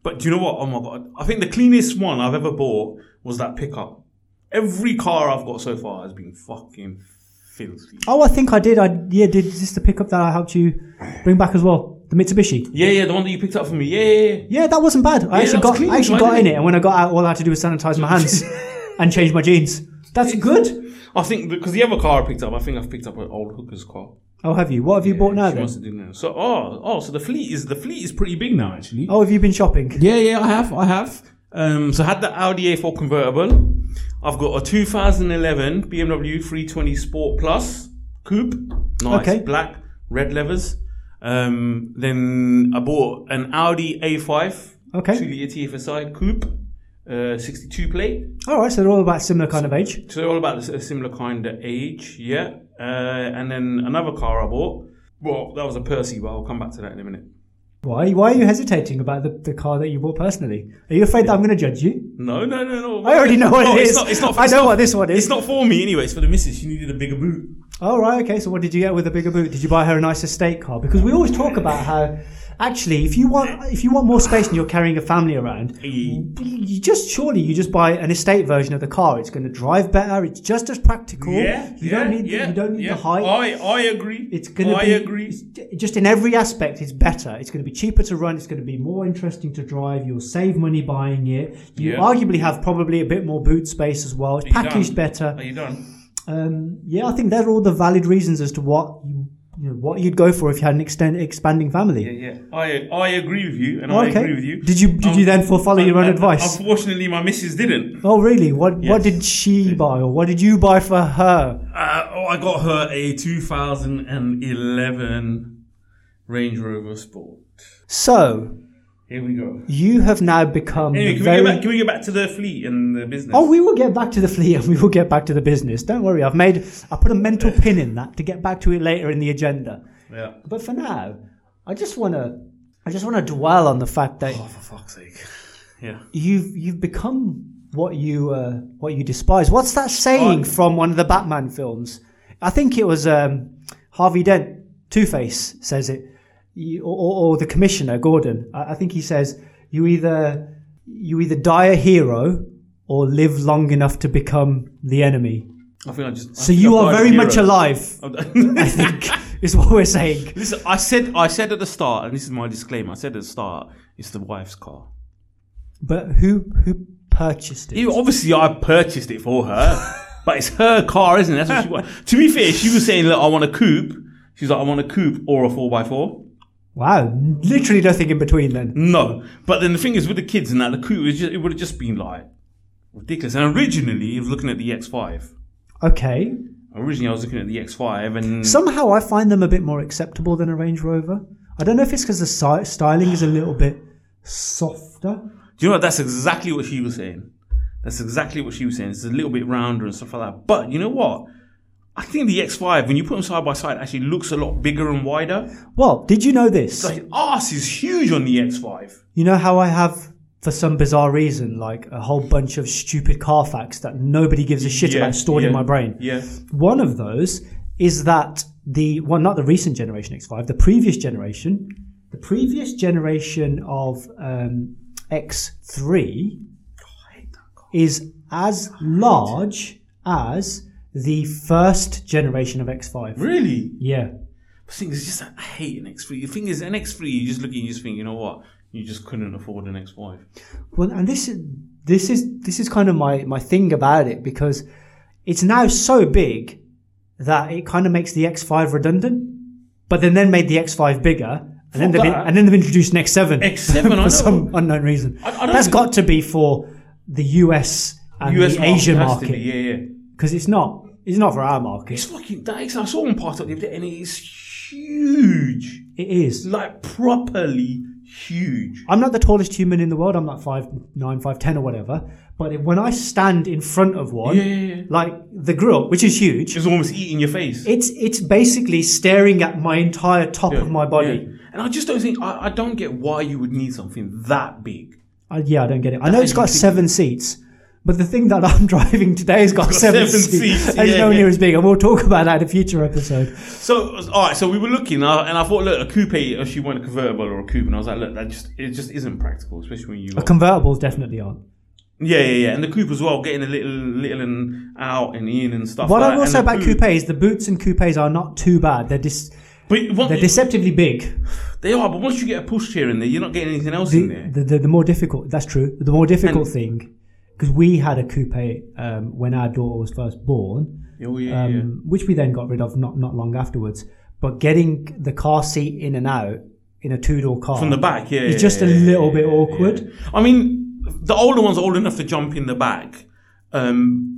But do you know what? Oh my god! I think the cleanest one I've ever bought was that pickup. Every car I've got so far has been fucking filthy.
Oh, I think I did. I yeah, did is this the pickup that I helped you bring back as well? The Mitsubishi.
Yeah, yeah, the one that you picked up for me. Yeah, yeah, yeah.
Yeah, that wasn't bad. I
Yeah,
actually
that was
got
clean,
I actually
so I
got in
didn't-
it, and when I got out, all I had to do was sanitize my hands and change my jeans. That's good.
I think because the other car I picked up, I think I've picked up an old hooker's car.
Oh, have you? What have you bought now?
She
Then?
must have done that. So oh oh, so the fleet is the fleet is pretty big now actually.
Oh, have you been shopping?
Yeah, yeah, I have, I have. Um, so I had the Audi A4 convertible. I've got a 2011 BMW 320 Sport Plus coupe, nice
Okay.
black, red levers. Um, then I bought an Audi A5,
Okay.
two liter TFSI coupe, uh, 62 plate.
All right, so they're all about similar kind of age.
So they're all about a similar kind of age, yeah. Uh, and then another car I bought. Well, that was a Percy, but I'll come back to that in a minute.
Why? Why are you hesitating about the, the car that you bought personally? Are you afraid that I'm going to judge you?
No, no, no, no.
I already know what
No,
it is.
it's Not, it's not,
I
it's
know
not-
what this one is.
It's not for me anyway. It's for the missus. She needed a bigger boot.
All Oh, right, okay. So, what did you get with a bigger boot? Did you buy her a nice estate car? Because we always talk about how, actually, if you want if you want more space and you're carrying a family around, you just surely you just buy an estate version of the car. It's going to drive better. It's just as practical. you don't need the, you don't need the height.
I, I agree.
It's going to
Oh, I
be
agree.
it's j- just in every aspect. It's better. It's going to be cheaper to run. It's going to be more interesting to drive. You'll save money buying it. You
Yeah.
arguably have probably a bit more boot space as well. It's
Are you
packaged
done?
better.
Are you done?
Um, yeah, I think they're all the valid reasons as to what you, you know, what you'd go for if you had an extend, expanding family.
Yeah, yeah. I, I agree with you, and I
Okay.
agree with you.
Did you did you
Um,
then for follow your own
un-
advice?
Unfortunately, my missus didn't.
oh, really? What what
Yes.
did she buy, or what did you buy for her?
Uh, oh, I got her a 2011 Range Rover Sport.
So
Here we go.
you have now become
Anyway,
the
can,
very.
we go back, can we go back to the fleet and the business?
Oh, we will get back to the flea and we will get back to the business. Don't worry, I've made I put a mental pin in that to get back to it later in the agenda.
yeah.
But for now, I just want to I just want to dwell on the fact that
Oh, for fuck's sake. Yeah.
you've you've become what you uh, what you despise. What's that saying from one of the Batman films? I think it was um, Harvey Dent, Two Face says it, You- or, or, or the Commissioner Gordon. I, I think he says you either you either die a hero or live long enough to become the enemy.
I think I just.
So you are very much alive. I
alive.
think is what we're saying.
Listen, I said I said at the start, and this is my disclaimer. I said at the start, it's the wife's car.
But who who purchased it?
You- obviously, I purchased it for her, but it's her car, isn't it? That's what she wants. to be fair, she was saying, "Look, I want a coupe." She's like, "I want a coupe or a four x 4
Wow, literally nothing in between then.
No, but then the thing is, with the kids and that, the coupe is just, it would have just been like ridiculous. And originally, I was looking at the X5.
Okay,
Originally, I was looking at the X5, and
Somehow I find them a bit more acceptable than a Range Rover. I don't know if it's because the si- styling is a little bit softer.
Do you know what? That's exactly what she was saying. That's exactly what she was saying. It's a little bit rounder and stuff like that. But you know what? I think the X5, when you put them side by side, actually looks a lot bigger and wider.
Well, did you know this?
Like, ass is huge on the X5.
You know how I have, for some bizarre reason, like a whole bunch of stupid car facts that nobody gives a shit
Yeah,
about stored in
yeah,
my brain?
Yeah.
One of those is that the well, not the recent generation X5, the previous generation, the previous generation of um, X3 is as large as the first generation of X5.
Really?
Yeah.
The thing is, just I hate an X3. The thing is, an X3, you just look at it, you just think, you know what? You just couldn't afford an X5.
Well, and this is this is this is kind of my my thing about it because it's now so big that it kind of makes the X5 redundant, but then then made the X5 bigger. And then,
Fuck
they've in-
that.
and then they've introduced an X7,
X7, I know.
for some unknown reason.
I- I don't
That's
think-
got to be for the US and
US
the Asian
has to be,
market
yeah, yeah.
because it's not it's not for our market.
It's fucking that X. I saw one part of it, and it is huge.
It is.
Like, properly huge.
I'm not the tallest human in the world. I'm like five nine, five ten, or whatever. But if, when I stand in front of one,
Yeah, yeah, yeah.
like the grill, which is huge,
It's almost eating your face.
it's it's basically staring at my entire top of my body.
Yeah. And I just don't think, I, I don't get why you would need something that big.
I, yeah, I don't get it. I know it's got
is-
seven seats, but the thing that I'm driving today has got, seven,
seven
seats.
seats,
and
yeah,
it's nowhere
yeah.
near as big. And we'll talk about that in a future episode.
So, all right, so we were looking, uh, and I thought, look, a coupe, if she wanted a convertible or a coupe, and I was like, look, that just, it just isn't practical, especially when you. got-
Convertibles definitely aren't.
Yeah, yeah, yeah. And the coupe as well, getting a little, little and out and in and stuff
What
like
I will
that.
say
And the
about
boot-
coupes, the boots and coupes are not too bad. They're dis-
But what,
they're deceptively big.
they are, but once you get a pushchair in there, you're not getting anything else in there.
The, the, the more difficult, that's true. The more difficult thing, because we had a coupe um, when our daughter was first born,
Oh, yeah,
um,
yeah.
which we then got rid of not, not long afterwards. But getting the car seat in and out in a two door car
From the back, yeah.
is
yeah,
just a
yeah, yeah,
little bit
yeah,
awkward.
yeah. I mean, the older ones are old enough to jump in the back. Um,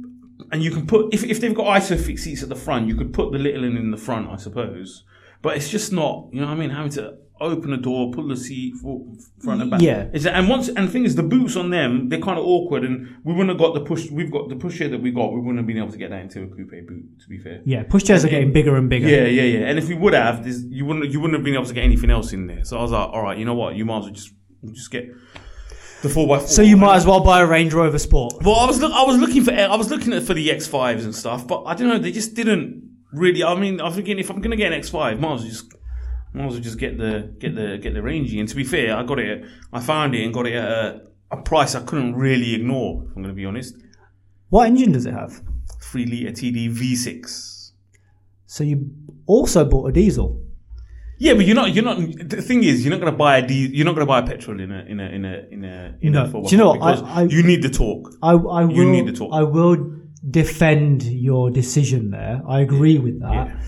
and you can put, if, if they've got isofix seats at the front, you could put the little one in the front, I suppose. But it's just not, you know what I mean? Having to open the door, pull the seat for, front and back.
Yeah.
It's, and once, and the thing is, the boots on them, they're kind of awkward. And we wouldn't have got the push, we've got the push here that we got, we wouldn't have been able to get that into a coupe boot, to be fair.
Yeah, pushchairs are getting bigger and bigger.
Yeah, yeah, yeah. And if we would have, this, you wouldn't you wouldn't have been able to get anything else in there. So I was like, all right, you know what? You might as well just just get the four by four.
So you might as well buy a Range Rover Sport.
Well, I was look, I was looking for I was looking at for the X fives and stuff, but I don't know. They just didn't really. I mean, I'm thinking if I'm gonna get an X five, might as well just. Might as well just get the get the get the rangy. And to be fair, I got it. I found it and got it at a, a price I couldn't really ignore. If I'm going to be honest.
What engine does it have?
Three liter TD V6.
So you also bought a diesel.
Yeah, but you're not. You're not. The thing is, you're not going to buy a. D, you're not going to buy a petrol in a in a in a in a. In
No.
a four by
Do you know
four
what? I-
because
I-
you need the talk.
I, I will.
You need to talk.
I will defend your decision there. I agree with that
Yeah.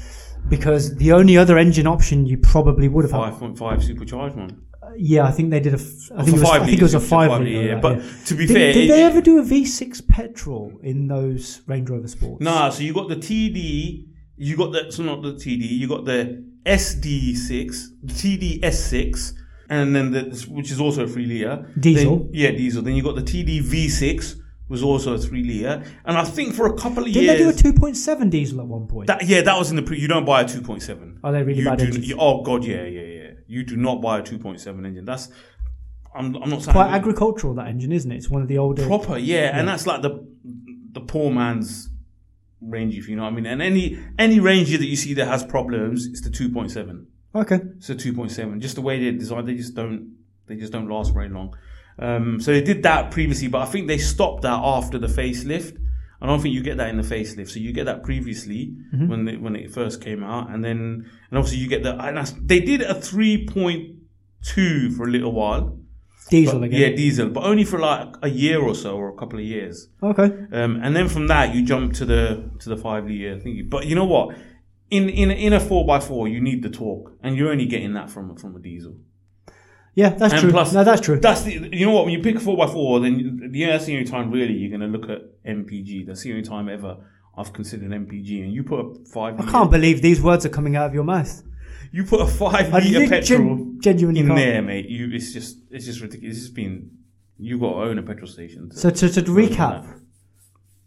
because the only other engine option you probably would have had.
Five point five supercharged one.
Yeah, I think they did a. f- I think, it was,
For
I think it was a
litres,
five,
litre,
liter.
yeah.
that,
But
yeah.
to be
Did,
fair,
did
it-
they
it-
ever do a V6 petrol in those Range Rover Sports?
Nah, so you got the TD, you got the so not the TD, you got the SD6, the TD S6, and then the which is also a three liter
Diesel.
Then- yeah, diesel. Then you got the TD V6, was also a three liter, and I think for a couple of
Didn't
years.
they do a 2.7 diesel at one point?
That yeah, that was in the pre. You don't buy a two point seven.
Are they really
you
bad
do,
engines?
you- oh god, yeah, yeah, yeah. You do not buy a two point seven engine. That's I'm I'm not saying
Quite agricultural, that engine, isn't it? It's one of the older.
proper, yeah, and that's like the the poor man's range, if you know what I mean. And any any ranger that you see that has problems, it's the two point seven.
okay.
It's the two point seven. Just the way they're designed, they just don't they just don't last very long. Um, so they did that previously, but I think they stopped that after the facelift. I don't think you get that in the facelift. So you get that previously when it, when it first came out, and then and obviously you get the and that's, they did a three point two for a little while.
Diesel again.
Yeah, diesel, but only for like a year or so or a couple of years.
Okay.
Um, and then from that, you jump to the to the five liter thingy. But you know what? In in in a four x four, you need the torque, and you're only getting that from from a diesel.
Yeah, that's
And
true.
plus-
no, that's true.
That's the you know what? When you pick a four x four, then you- yeah, that's the only time really you're going to look at MPG. That's the only time ever I've considered MPG. And you put a five.
I can't believe these words are coming out of your mouth.
You put a five
I
liter
lit-
petrol
gen- genuinely
in
can't.
there, mate. You it's just it's just ridiculous. It's just been you got to own a petrol station. to-
So to, to recap,
that.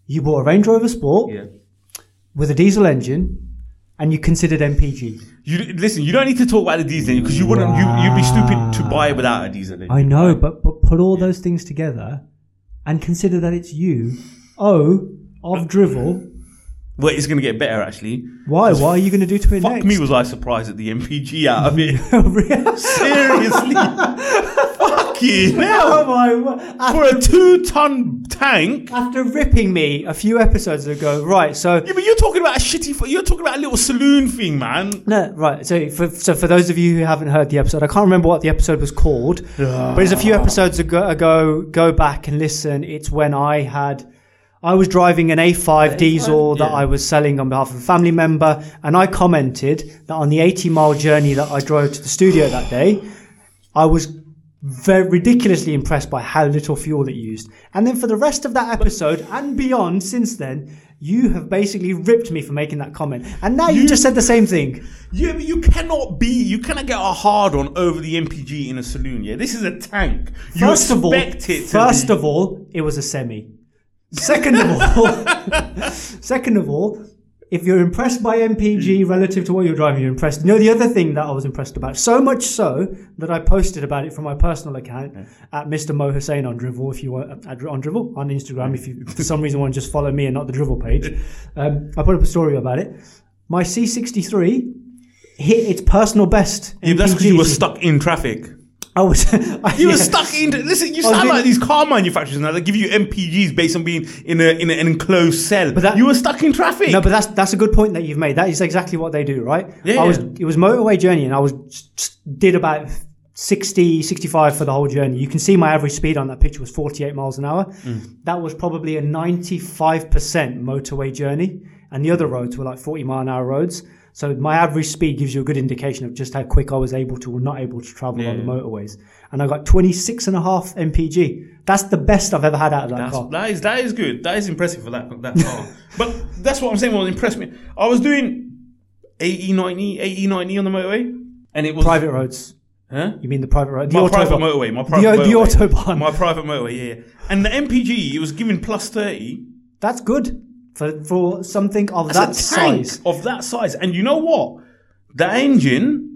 you bought a Range Rover Sport
yeah.
with a diesel engine, and you considered MPG.
You listen. You don't need to talk about the diesel because you wouldn't. You, you'd be stupid to buy without a diesel. engine.
I know, but but put all those things together, and consider that it's you. Oh, of drivel.
Well, it's going to get better actually.
Why? What are you going to do to it
Fuck
next?
me, was I surprised at the MPG out of it?
Really?
Seriously, fuck you
How am I?
for a two-ton tank.
After ripping me a few episodes ago, right? So
Yeah, but you're talking about a shitty. fu- You're talking about a little saloon thing, man.
no, right. So for so for those of you who haven't heard the episode, I can't remember what the episode was called, but it's a few episodes ago. ago go back and listen. It's when I had. I was driving an A5 diesel that
Yeah.
I was selling on behalf of a family member, and I commented that on the 80 mile journey that I drove to the studio that day, I was very ridiculously impressed by how little fuel it used. And then for the rest of that episode and beyond since then, you have basically ripped me for making that comment. And now you,
You-
just said the same thing.
Yeah, but you cannot be. You cannot get a hard on over the MPG in a saloon. Yeah, this is a tank. You
First of all,
expect it. To
first
be-
of all, it was a semi. Second of all, second of all, if you're impressed by MPG relative to what you're driving, you're impressed. You know the other thing that I was impressed about, so much so that I posted about it from my personal account at Mr Mo Hussein on Drivel. If you want at, on Drivel on Instagram, if you for some reason want to just follow me and not the Drivel page, um, I put up a story about it. My C63 hit its personal best.
yeah, that's because you were
MPGs.
stuck in traffic.
I was.
You
Yeah.
were stuck in. Listen, you
was
sound
doing-
like these car manufacturers now. They give you MPGs based on being in a in an enclosed cell. But
that-
you were stuck in traffic.
No, but that's that's a good point that you've made. That is exactly what they do, right?
Yeah,
I was
yeah.
it was motorway journey and I was did about 60 65 for the whole journey. You can see my average speed on that picture was 48 miles an hour.
Mm.
That was probably a 95% motorway journey and the other roads were like 40 mile an hour roads. So my average speed gives you a good indication of just how quick I was able to or not able to travel on the
Yeah.
motorways. And I got 26 and a half mpg. That's the best I've ever had out of that
That's,
car.
that is that is good. That is impressive for that that car. but that's what I'm saying. What impressed me. I was doing E 80, 90, 80, 90 on the motorway, and it was
Private roads.
Huh?
You mean the private road? The
My
autobahn.
private motorway. My private
the
motorway.
autobahn.
My private motorway. Yeah, yeah. And the MPG, it was given plus thirty.
That's good for for something of that
That's a tank
size.
of that size. And you know what? The engine.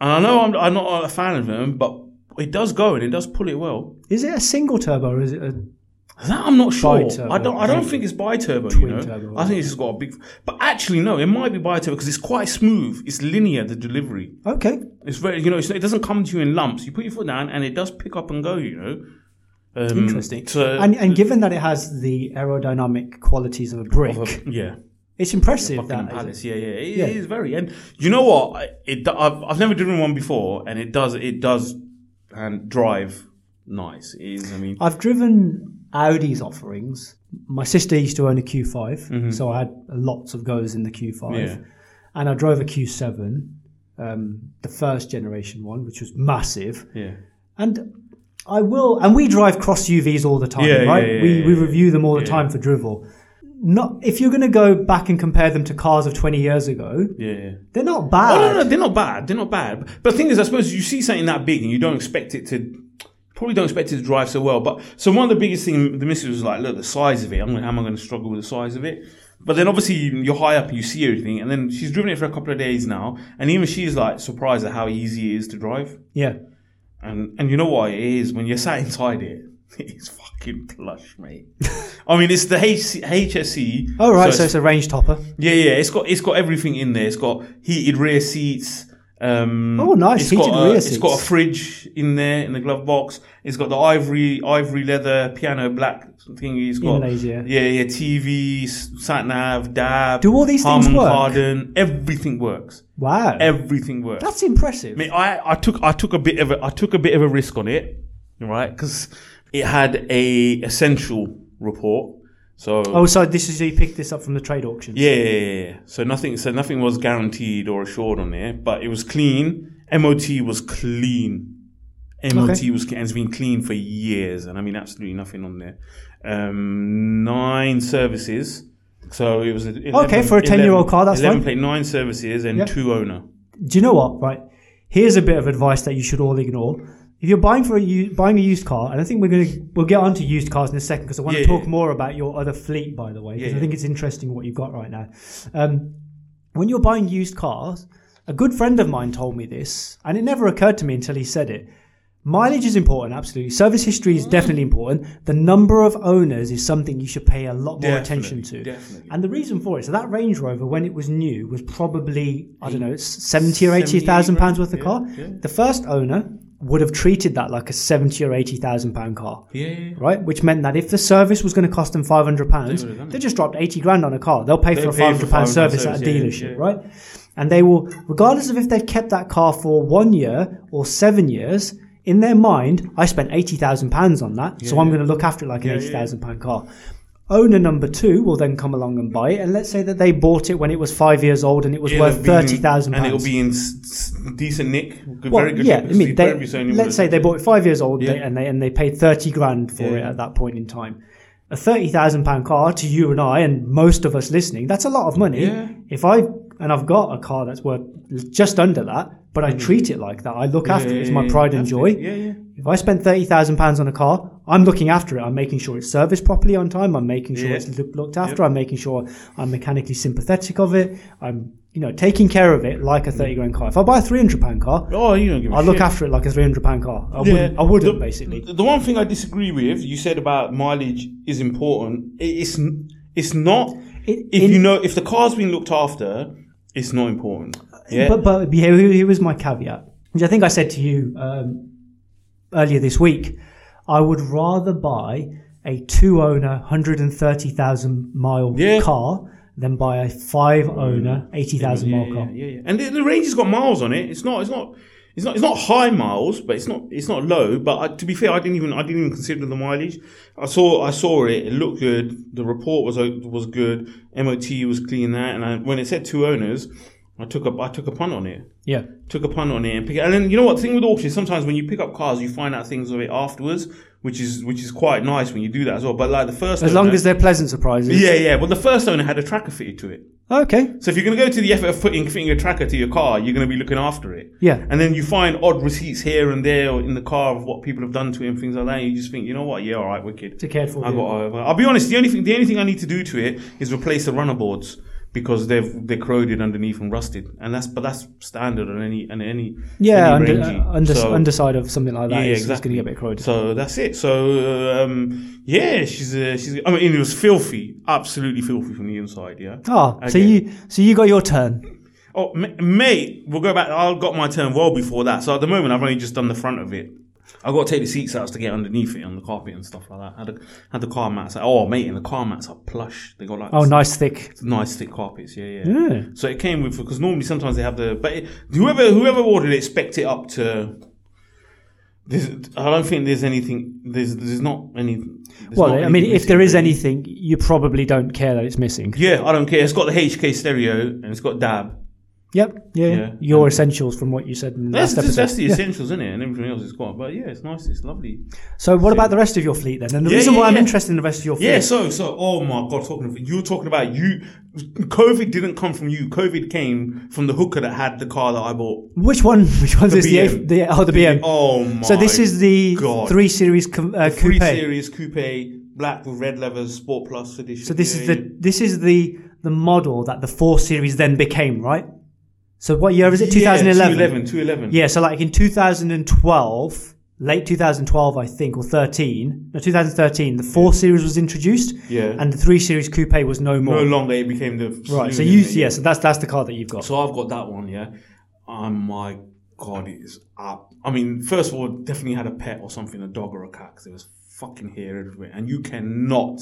And I know I'm, I'm not a fan of them, but it does go and it does pull it well.
Is it a single turbo or is it a
That I'm not sure.
Bi-turbo,
I don't. I don't
maybe.
think it's bi-turbo. you know,
turbo.
I think it's just got a big. But actually, no, it might be bi-turbo because it's quite smooth. It's linear the delivery.
okay?
It's very. You know, it's, it doesn't come to you in lumps. You put your foot down and it does pick up and go. You know. Um,
Interesting.
So
And and given that it has the aerodynamic qualities of a brick,
yeah.
it's impressive that.
Buckingham Palace. Yeah, yeah, It-
Yeah.
it is very. And you know what? I- It, do- I've, I've never driven one before, and it does it does and drive nice. It is. I mean,
I've driven Audi's offerings. My sister used to own a Q5, so I had lots of goes in the Q5,
Mm-hmm. Yeah.
and I drove a Q7, um, the first generation one, which was massive.
yeah.
And I will, and we drive cross UVs all the time,
Yeah,
right?
yeah, yeah,
we,
yeah,
we
yeah.
review them all the
Yeah.
time for drivel. Not if you're going to go back and compare them to cars of 20 years ago,
Yeah. yeah.
they're not
Oh
bad.
no, no, they're not bad. They're not bad. But the thing is, I suppose you see something that big and you don't expect it to. Probably don't expect it to drive so well. But so one of the biggest thing the missus was like, look, the size of it. I'm gonna, am I going to struggle with the size of it? But then obviously you're high up, and you see everything, and then she's driven it for a couple of days now, and even she's like surprised at how easy it is to drive.
Yeah,
And and you know what it is when you're sat inside it, it's fucking plush, mate. I mean, it's the HC, HSE.
all Oh, right. So,
E. it's-
it's a range topper.
yeah, yeah. It's got it's got everything in there. It's got heated rear seats. Um,
Oh, nice,
it's
heated
got a,
rear
It's got a
seats.
fridge in there in the glove box. It's got the ivory ivory leather piano black thing. It's got
Inlays, yeah.
yeah, yeah. TV, s- sat nav, dab.
Do all these things
Harman
work?
Kardon, everything works.
Wow,
Everything works.
that's impressive.
I mean, I, I took I took a bit of a, I took a bit of a risk on it, right? Because it had a essential report, so
oh, so this is you picked this up from the trade auction.
yeah, yeah, yeah, yeah. So nothing, so nothing was guaranteed or assured on there, but it was clean. MOT was clean. MOT
Okay.
was clean. It's been clean for years, and I mean absolutely nothing on there. Um, nine services. So it was a 11,
Okay, for a 10-year-old
11
car, that's
eleven
fine.
plate, nine services and
Yeah.
two owner.
Do you know what? Right, here's a bit of advice that you should all ignore. If you're buying for a u- buying a used car, and I think we're going to we'll get onto used cars in a second because I want
Yeah,
to talk
yeah.
more about your other fleet, by the way, because
Yeah,
I think it's interesting what you've got right now. Um, when you're buying used cars, a good friend of mine told me this, and it never occurred to me until he said it. Mileage is important, absolutely. Service history
Mm.
is definitely important. The number of owners is something you should pay a lot more attention to.
Definitely, definitely.
And the reason for it, so that Range Rover, when it was new, was probably, I don't know, it's 70 or 80,000 pounds worth of
Yeah,
car.
yeah.
The first owner would have treated that like a 70 or 80,000 pound car,
Yeah, yeah, yeah.
right? Which meant that if the service was going to cost them 500 pounds,
They would have done
they just dropped 80 grand on a car. They'll pay
They
for a
pay for
500 pound
500
service at a
service, yeah,
dealership,
yeah.
right? And they will, regardless of if they've kept that car for one year or seven years, in their mind, I spent 80,000 pounds on that, so I'm
yeah.
going to look after it like an
Yeah, yeah, yeah.
80,000 pound car. Owner number two will then come along and buy it, and let's say that they bought it when it was five years old and it was
It'll
worth
be-
thirty thousand pounds.
and it'll be in s- s- decent nick. Good,
Well,
very good.
yeah,
nick.
I mean,
Steve
they,
Harvey certainly would
let's say
have-
they bought it five years old
Yeah.
they- and they and they paid thirty grand for
Yeah.
it at that point in time. A thirty thousand pound car to you and I and most of us listening, that's a lot of money.
Yeah.
If I and I've got a car that's worth just under that, but I treat it like that. I look
Yeah,
after it.
yeah,
It's my
Mm. yeah,
pride
you have
and
to.
joy.
Yeah, yeah.
If I spend thirty thousand pounds on a car, I'm looking after it. I'm making sure it's serviced properly on time. I'm making sure
Yeah.
it's look, looked after. I'm making sure I'm mechanically sympathetic of it. I'm you know taking care of it
Mm.
like a thirty grand car. If I buy a three hundred pound car,
Oh, you don't give a
I look
shit.
after it like a three hundred pound car. I
Yeah.
wouldn't. I wouldn't
The-
basically.
The one thing I disagree with, you said about mileage is important. It- It's n- it's not.
It-
if
in-
you know, if the car's been looked after, it's not important. Yeah,
But but here, here was my caveat, which I think I said to you um, earlier this week. I would rather buy a two-owner, hundred and thirty thousand mile
Yeah.
car than buy a five-owner, eighty thousand
yeah,
mile
yeah,
car.
yeah, yeah. And the, the range has got miles on it. It's not. It's not. It's not. It's not high miles, but it's not. It's not low. But I, to be fair, I didn't even. I didn't even consider the mileage. I saw. I saw it. It looked good. The report was o- was good. MOT was clean. That and I, when it said two owners, I took a. I took a punt on it.
Yeah.
took a punt on it and pick it. And then you know what? The thing with auctions, sometimes when you pick up cars, you find out things of it afterwards, which is which is quite nice when you do that as well. But like the first,
As
owner,
long as they're pleasant surprises.
yeah, yeah. Well, the first owner had a tracker fitted to it.
Okay.
So if you're going to go to the effort of putting fitting a tracker to your car, you're going to be looking after it.
Yeah.
And then you find odd receipts here and there in the car of what people have done to it and things like that. And you just think, you know what? Yeah, all right, wicked.
It's a cared for
I
vehicle.
got over. I'll be honest. The only thing, the only thing I need to do to it is replace the runner boards because they've they're corroded underneath and rusted, and that's but that's standard on any on any any
Yeah. Under,
Rangy.
uh, under,
So-
underside of something like that.
yeah,
it's,
exactly.
going to get a bit corroded.
So that's it. So um, yeah, she's uh, she's. I mean, it was filthy, absolutely filthy from the inside. Yeah.
Ah, so
Okay.
you so you got your turn.
Oh, ma- mate, we'll go back. I got my turn well before that. So at the moment, I've only just done the front of it. I've got to take the seats out to get underneath it on the carpet and stuff like that. Had, a, had the car mats. Oh, mate, and the car mats are plush. They got like
Oh, nice thick.
nice thick carpets. Yeah, yeah.
Yeah.
So it came with because normally sometimes they have the but it, whoever whoever ordered it spec it up to. There's, I don't think there's anything. There's there's not any. there's
Well,
not
I
anything
mean, if
missing,
there is
really.
anything, you probably don't care that it's missing.
Yeah, I don't care. It's got the HK stereo and it's got DAB.
Yep. Yeah.
Yeah.
Your essentials from what you said in the
That's,
last
that's,
episode.
that's the essentials, isn't it? And everything else is gone. But yeah, it's nice. It's lovely.
so, what about the rest of your fleet then? And the
Yeah,
reason
yeah,
why I'm
yeah.
interested in the rest of your fleet.
Yeah. So so. Oh my god. Talking. Of, you were talking about you. COVID didn't come from you. COVID came from the hooker that had the car that I bought.
Which one? Which one's this? The,
BM.
A, the oh, the BM.
Oh my.
so this is the
God.
three series com, uh,
Three
coupe.
series coupe, black with red levers, sport plus edition.
So this
Yeah,
is the this is the the model that the four series then became, right? So what year is it?
yeah,
2011.
211. 211.
Yeah, so like in 2012, late 2012, I think, or 13, no, 2013, the 4 Series was introduced,
Yeah.
and the 3 Series Coupe was no more.
No longer it became the
right, so
saloon,
you,
isn't it?
yeah, so that's that's the car that you've got.
So I've got that one. Yeah. Oh my god, it is up. I mean, first of all, definitely had a pet or something, a dog or a cat, because it was fucking hair everywhere, and you cannot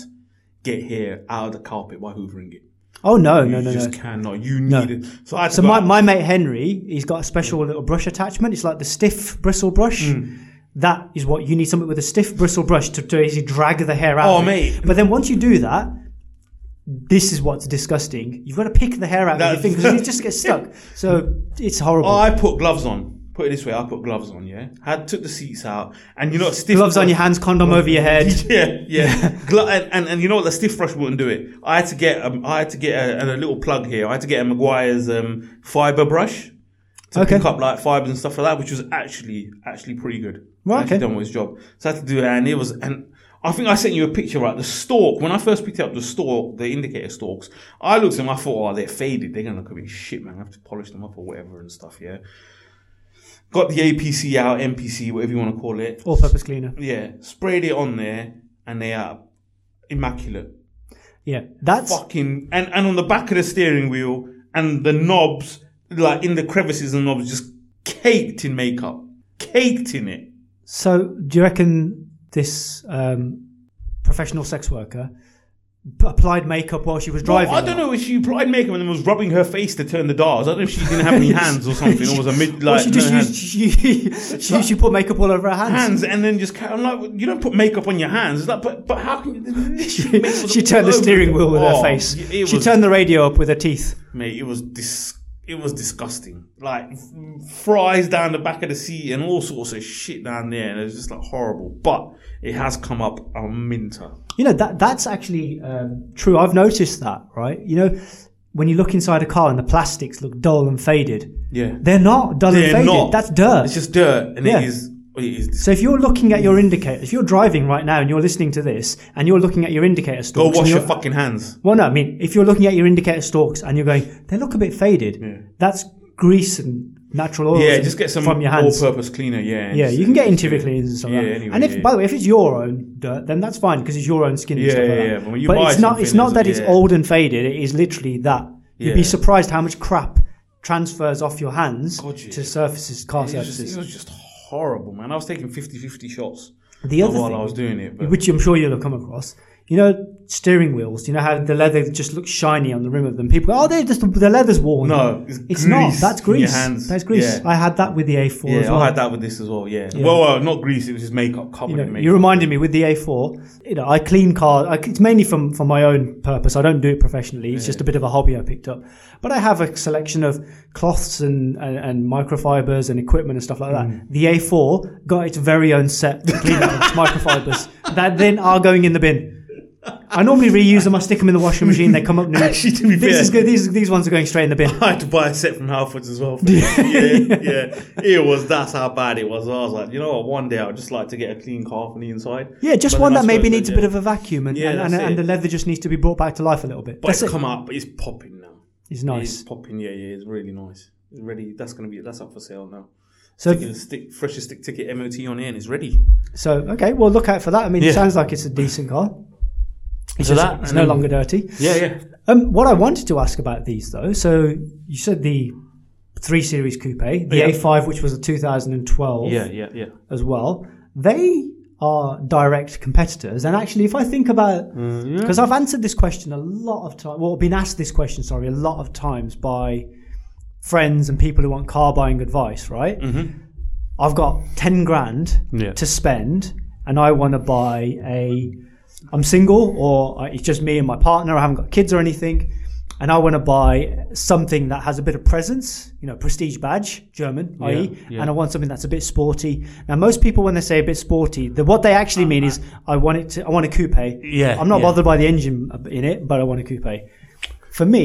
get hair out of the carpet by hoovering it.
Oh no, no,
you
no,
just
no.
cannot. You need it. So I had to
So
go
my,
out-
my mate Henry, he's got a special little brush attachment. It's like the stiff bristle brush.
Mm.
That is what you need something with a stiff bristle brush to, to easily drag the hair out.
Oh,
of it.
mate.
But then once you do that, this is what's disgusting. You've got to pick the hair out
That-
of your fingers. It just gets stuck. So it's horrible.
Oh, I put gloves on. Put it this way, I put gloves on. Yeah, had took the seats out, and you know, stiff
gloves on your hands, condom over your head.
Yeah, yeah. Glo- and, and and you know what? The stiff brush wouldn't do it. I had to get um, I had to get a, and a little plug here. I had to get a Maguire's um, fiber brush to
Okay.
pick up like fibers and stuff like that, which was actually actually pretty good.
Right,
actually
okay.
done his job. So I had to do that, and it was and. I think I sent you a picture, right? The stalk. When I first picked up the stalk, the indicator stalks, I looked at them. I thought, oh, they're faded. They're gonna look a bit shit, man. I have to polish them up or whatever and stuff. Yeah. Got the APC out, MPC, whatever you want to call it.
All purpose cleaner.
Yeah, sprayed it on there, and they are immaculate.
Yeah. That's
Fucking and and on the back of the steering wheel and the knobs, like in the crevices and knobs, just caked in makeup, caked in it.
So, do you reckon this um, professional sex worker p- applied makeup while she was
Well,
driving?
I don't know if she applied makeup and then was rubbing her face to turn the dials. I don't know if she didn't have any hands or something, or was a mid
Or
like
she just
no
used,
hands.
she, she, she put makeup all over her hands.
hands and then just carry- I'm like you don't put makeup on your hands. It's like but but how can you?
She, turned the steering wheel with her face.
It was,
She turned the radio up with her teeth.
mate. It was dis- It was disgusting. Like f- fries down the back of the seat and all sorts of shit down there, and it was just like horrible. But it has come up a minter.
You know that that's actually um, true. I've noticed that, right? You know, when you look inside a car and the plastics look dull and faded,
Yeah,
they're not dull and
They're
faded.
not.
That's dirt.
it's just dirt, and
Yeah.
it is. It is
so if you're looking at your indicator, if you're driving right now and you're listening to this, and you're looking at your indicator
Go
stalks, and
wash your
you're-
fucking hands.
well, no, I mean, if you're looking at your indicator stalks and you're going, they look a bit faded. That's grease and natural oils.
Yeah,
and-
just get some
from your hands.
all-purpose cleaner. Yeah, and
Yeah,
just-
you can get
just-
interior cleaners and stuff like
Yeah,
that.
anyway,
and if,
yeah.
by the way, if it's your own dirt, then that's fine because it's your own skin. and
Yeah,
stuff
yeah,
like that.
yeah, but when you
but
buy
it's not.
something,
It's not
it's-
that it's
yeah.
old and faded. It is literally that. You'd be
Yeah.
surprised how much crap transfers off your hands
God, yeah.
to surfaces, car
It was, just,
surfaces,
it was just horrible, man. I was taking 50-50 shots
The other
while
thing-
I was doing it. But
which I'm sure you'll have come across. You know, steering wheels. You know how the leather just looks shiny on the rim of them. People, go, oh, they just the leather's worn.
no, it's,
It's
grease
not. That's
from your
grease.
hands.
That's grease.
Yeah,
I had that with the A4
Yeah,
as well.
I had that with this as well. Yeah. Well, well, not grease. It was just makeup covered
you know,
in
you
makeup.
reminded me with the A4. You know, I clean cars. I, it's mainly from for my own purpose. I don't do it professionally. It's just a bit of a hobby I picked up. But I have a selection of cloths and and, and microfibers and equipment and stuff like that.
Mm.
The A4 got its very own set of cleaner products, microfibers that then are going in the bin. I normally reuse them. I stick them in the washing machine. They come up new.
Actually, to be
This
fair,
is good. These these ones are going straight in the bin.
I had to buy a set from Halfords as well. for this. yeah, yeah. It was that's how bad it was. I was like, you know what? One day I'd just like to get a clean car from the inside.
Yeah, just
But
one
then
that
I
maybe
suppose
needs a
that,
bit
yeah.
of a vacuum, and
Yeah,
and, and,
that's
and
it.
the leather just needs to be brought back to life a little bit.
But
that's
it's
it.
come up. It's popping now.
It's
It's
nice.
popping. Yeah, yeah. It's really nice. It's ready. That's gonna be. That's up for sale now.
So
You can stick freshest stick ticket MOT on it and it's ready.
So okay, well look out for that. I mean, it
Yeah.
sounds like it's a decent car. It's,
So
just-
that
it's
and
no
then-
longer dirty.
Yeah, yeah.
Um, what I wanted to ask about these though, so you said the three series coupe, the
Yeah.
A5, which was a 2012
Yeah, yeah, yeah.
as well. They are direct competitors, and actually, if I think about, because I've answered this question a lot of times, well, been asked this question, sorry, a lot of times by friends and people who want car buying advice, right? I've got 10 grand
Yeah.
to spend and I want to buy a. I'm single or I- it's just me and my partner. I haven't got kids or anything. And I want to buy something that has a bit of presence, you know, prestige badge, German, i.e.
yeah.
And I want something that's a bit sporty. Now, most people, when they say a bit sporty, the, what they actually mean is I want it to, I want a coupe.
Yeah,
I'm not
yeah.
bothered by the engine in it, but I want a coupe. For me,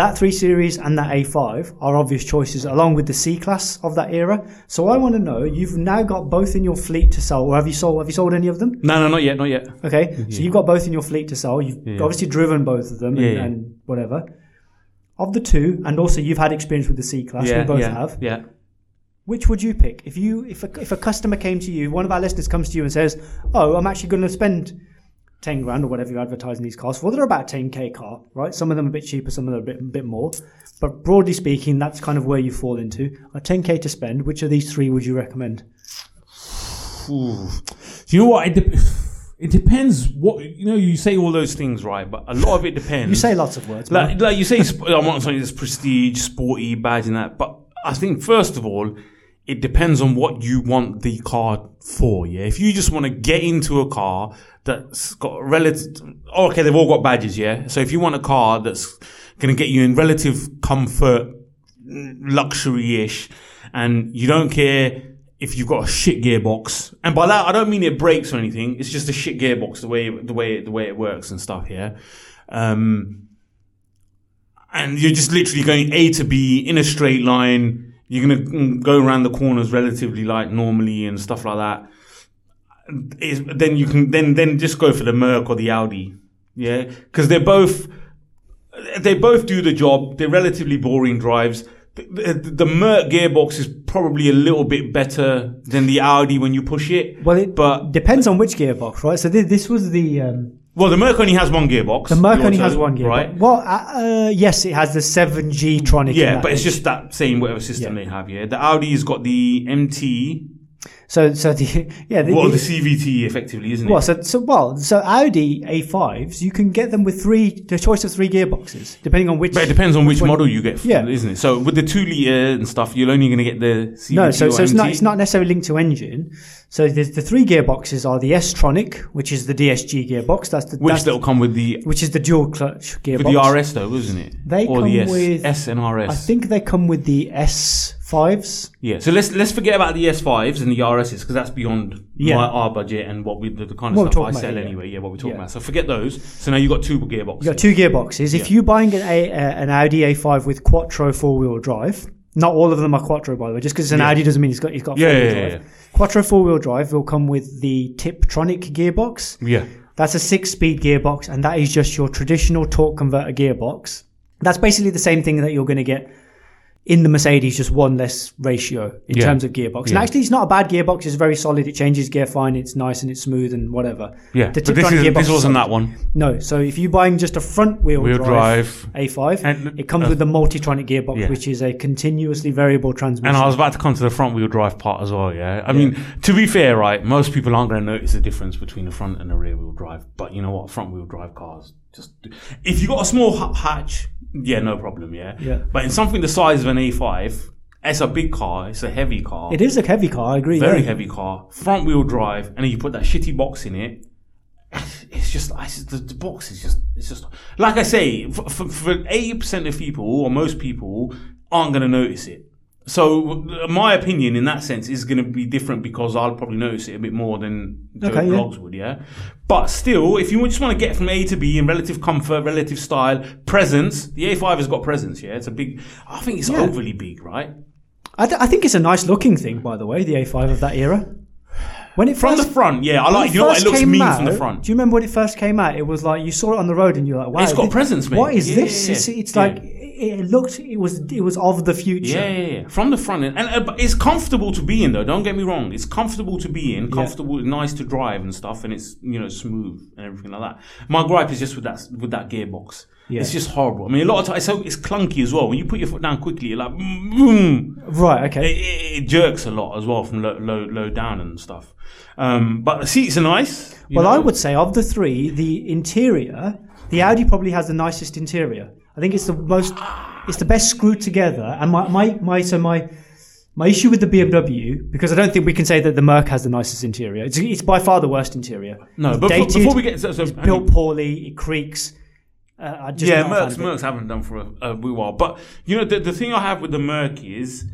that 3 Series and that A5 are obvious choices, along with the C Class of that era. So I want to know, you've now got both in your fleet to sell, or have you sold, have you sold any of them?
No, no, not yet, not yet.
Okay, so you've got both in your fleet to sell. You've obviously driven both of them and,
Yeah, yeah.
and whatever. Of the two, and also you've had experience with the C Class, we both have.
Yeah.
Which would you pick? If you, if a, if a customer came to you, one of our listeners comes to you and says, "Oh, I'm actually going to spend ten grand or whatever you're advertising these cars for. They're about ten k car, right? Some of them a bit cheaper, some of them a bit bit more, but broadly speaking, that's kind of where you fall into. A ten k to spend. Which of these three would you recommend?
Ooh. Do you know what? It, dep it depends what you know. You say all those things, right? But a lot of it depends.
You say lots of words, man.
like, like you say, sp- I want something that's prestige, sporty, badge, and that. But I think first of all, it depends on what you want the car for. Yeah, if you just want to get into a car that's got relative, oh, okay, they've all got badges. Yeah, so if you want a car that's going to get you in relative comfort, luxury ish, and you don't care if you've got a shit gearbox. And by that, I don't mean it breaks or anything. It's just a shit gearbox, the way the way the way it works and stuff. Yeah. Um, and you're just literally going A to B in a straight line. You're gonna mm, go around the corners relatively like normally and stuff like that. Is- then you can then then just go for the Merc or the Audi, yeah, because they're both they both do the job. They're relatively boring drives. The, the, the Merc gearbox is probably a little bit better than the Audi when you push it.
Well, it
but
depends on which gearbox, right? So thi- this was the um,
well, the Merc only has one gearbox.
the Merc
the
only
auto,
has one gearbox.
right?
Well, uh, uh, yes, it has the seven G Tronic. in
Yeah,
that
but it's
engine.
just that same whatever system
Yeah.
they have. Yeah, the Audi's got the MT
So, so the yeah, the,
Well,
the-
the CVT effectively, isn't
well,
it?
so, so well, so Audi A5s, you can get them with three, the choice of three gearboxes, depending on which.
But it depends on which
one-
model you get,
Yeah.
yeah. isn't it? So with the two liter and stuff, you're only going to get the CVT
No, so,
or
so it's
MT.
not it's not necessarily linked to engine. So the, the three gearboxes are the S-Tronic, which is the DSG gearbox. That's the
which
that's,
that'll come with the
which is the dual clutch gearbox.
with the RS though, isn't it?
They
or
come
the S,
with-
S and RS.
I think they come with the S5s.
Yeah, so let's let's forget about the S5s and the RSs because that's beyond
Yeah.
my, our budget and what we the, the kind of
What we're
stuff I
talking about
sell
here, yeah.
anyway. Yeah, what we're talking
Yeah.
about. So forget those. So now you have got two gearboxes.
You got two gearboxes. If you're buying an, a, uh, an Audi A5 with Quattro four-wheel drive, not all of them are Quattro by the way. Just because it's an Audi doesn't mean it's got it's got
Yeah,
four-wheel
yeah, yeah,
drive. Quattro four-wheel drive will come with the Tiptronic gearbox.
yeah.
That's a six-speed gearbox, and that is just your traditional torque converter gearbox. That's basically the same thing that you're going to get in the Mercedes, just one less ratio in
Yeah.
terms of gearbox. And
Yeah.
actually, it's not a bad gearbox. It's very solid. It changes gear fine. It's nice and it's smooth and whatever.
Yeah,
The
but this,
Tiptronic
is,
gearbox
this
is
wasn't that one.
no, so if you're buying just a front wheel,
Wheel drive.
A5,
And-
it comes with the Multitronic gearbox,
Yeah.
which is a continuously variable transmission.
And I was about to come to the front wheel drive part as well. Yeah, I mean, to be fair, right, most people aren't going to notice the difference between the front and the rear wheel drive. But you know what, front wheel drive cars just do- if you got a small h- hatch, yeah, no problem. Yeah,
Yeah.
But in something the size of an A5, it's a big car. It's a heavy car.
it is a heavy car, I agree.
very
yeah.
heavy car, front wheel drive, and then you put that shitty box in it. It's just I s- the, the box is just it's just like I say for for eighty percent of people or most people aren't going to notice it. So uh, my opinion in that sense is going to be different because I'll probably notice it a bit more than Joe
Okay, yeah.
Blogs would, yeah. But still, if you just want to get from A to B in relative comfort, relative style, presence, the A5 has got presence, yeah. It's a big. I think it's overly big, right?
I, th- I think it's a nice looking thing, by the way, the A5 of that era. When it
From
first,
the front, yeah. I
when
like you know what it
first
looks
came
mean
out,
from the front.
Do you remember when it first came out? It was like you saw it on the road and you're like, "Wow,
It's got
thi-
presence, mate.
What is
Yeah,
this?
yeah,
It's,
yeah.
it's like it it looked. It was it was of the future.
Yeah, yeah, yeah. From the front end, and uh, but it's comfortable to be in though. Don't get me wrong. It's comfortable to be in, comfortable, nice to drive and stuff, and it's you know smooth and everything like that. My gripe is just with that with that gearbox.
Yeah.
It's just horrible. I mean, a lot of times it's, so, it's clunky as well. When you put your foot down quickly, you're like, boom.
Right. Okay.
It, it, it jerks a lot as well from low, low, low down and stuff. Um, but the seats are nice. you
Well,
know.
I would say of the three, the interior, the Audi probably has the nicest interior. I think it's the most, it's the best screwed together. And my, my, my so my, my issue with the BMW because I don't think we can say that the Merc has the nicest interior. It's, it's by far the worst interior.
no.
It's
But before,
dated,
before we get so, so hang on.
built poorly, it creaks. Uh, I just
yeah,
not
Mercs,
a fan of it.
Mercs haven't done for a, a wee while. But you know, the, the thing I have with the Merc is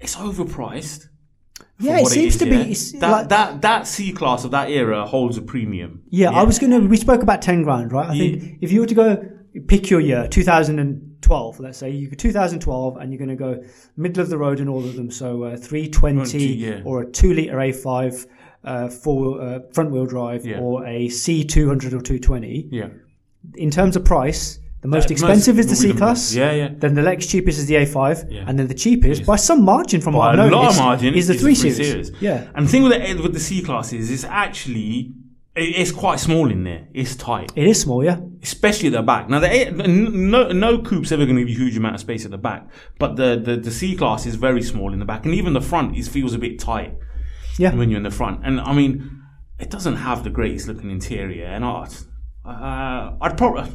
it's overpriced. for
Yeah, it
what
seems
is,
to
yeah.
be. It's
that,
like,
that that C class of that era holds a premium.
yeah, I was gonna. We spoke about ten grand, right? I think if you were to go pick your year, two thousand and twelve, let's say you 2012, and you're gonna go middle of the road in all of them. So uh, three twenty
yeah.
or a two liter A five. Uh, four uh, front wheel drive
Yeah.
or a C two hundred or two twenty.
Yeah, Uh,
In terms of price, the
Most
most expensive is the
will be
C class.
Yeah, yeah.
Then the next cheapest is the A five,
Yeah.
and then the cheapest by some margin from what
By
I've
a lot
noticed
of margin
is the three, series. Yeah,
and the thing with the with the C class is it's actually it- it's quite small in there. It's tight.
it is small. Yeah,
especially at the back. Now, the A- n- no no coupe's ever going to give you a huge amount of space at the back, but the the, the C class is very small in the back, and even the front is feels a bit tight.
Yeah.
when you're in the front, and I mean, it doesn't have the greatest looking interior, and I, uh, I'd probably.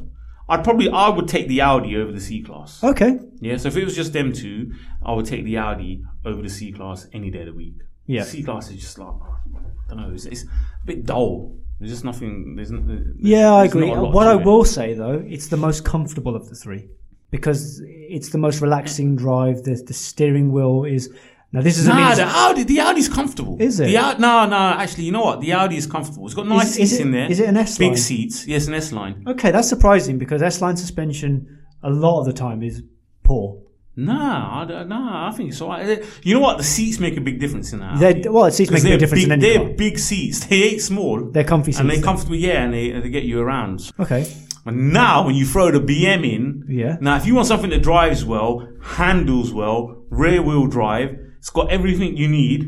I'd probably I would take the Audi over the C class.
okay.
Yeah, so if it was just them two, I would take the Audi over the C class any day of the week.
Yeah.
C class is just like I don't know, it's, it's a bit dull. There's just nothing. There's, n-
Yeah, I
there's not
agree.
a lot
What
to
I
it.
will say though, it's the most comfortable of the three because it's the most relaxing drive. The, the steering wheel is now this is
Nah,
not
the Audi, the Audi's comfortable.
Is it?
The Au- no, no. Actually, you know what? The Audi is comfortable. It's got nice
Is- is
seats
it-
in there.
is it an S
Big
line?
seats. Yes, an S line.
okay. That's surprising because S line suspension a lot of the time is poor.
Nah, I don't, nah. I think it's alright. You know what? The seats make a big difference in that.
They well, it seems to make a big
they're
difference
big,
in any
they're
car.
big seats. They ain't small,
They're comfy
and they're
seats.
comfortable. Yeah, and they, they get you around.
okay.
And now, when you throw the BM in,
Yeah.
Now, if you want something that drives well, handles well, rear wheel drive, it's got everything you need.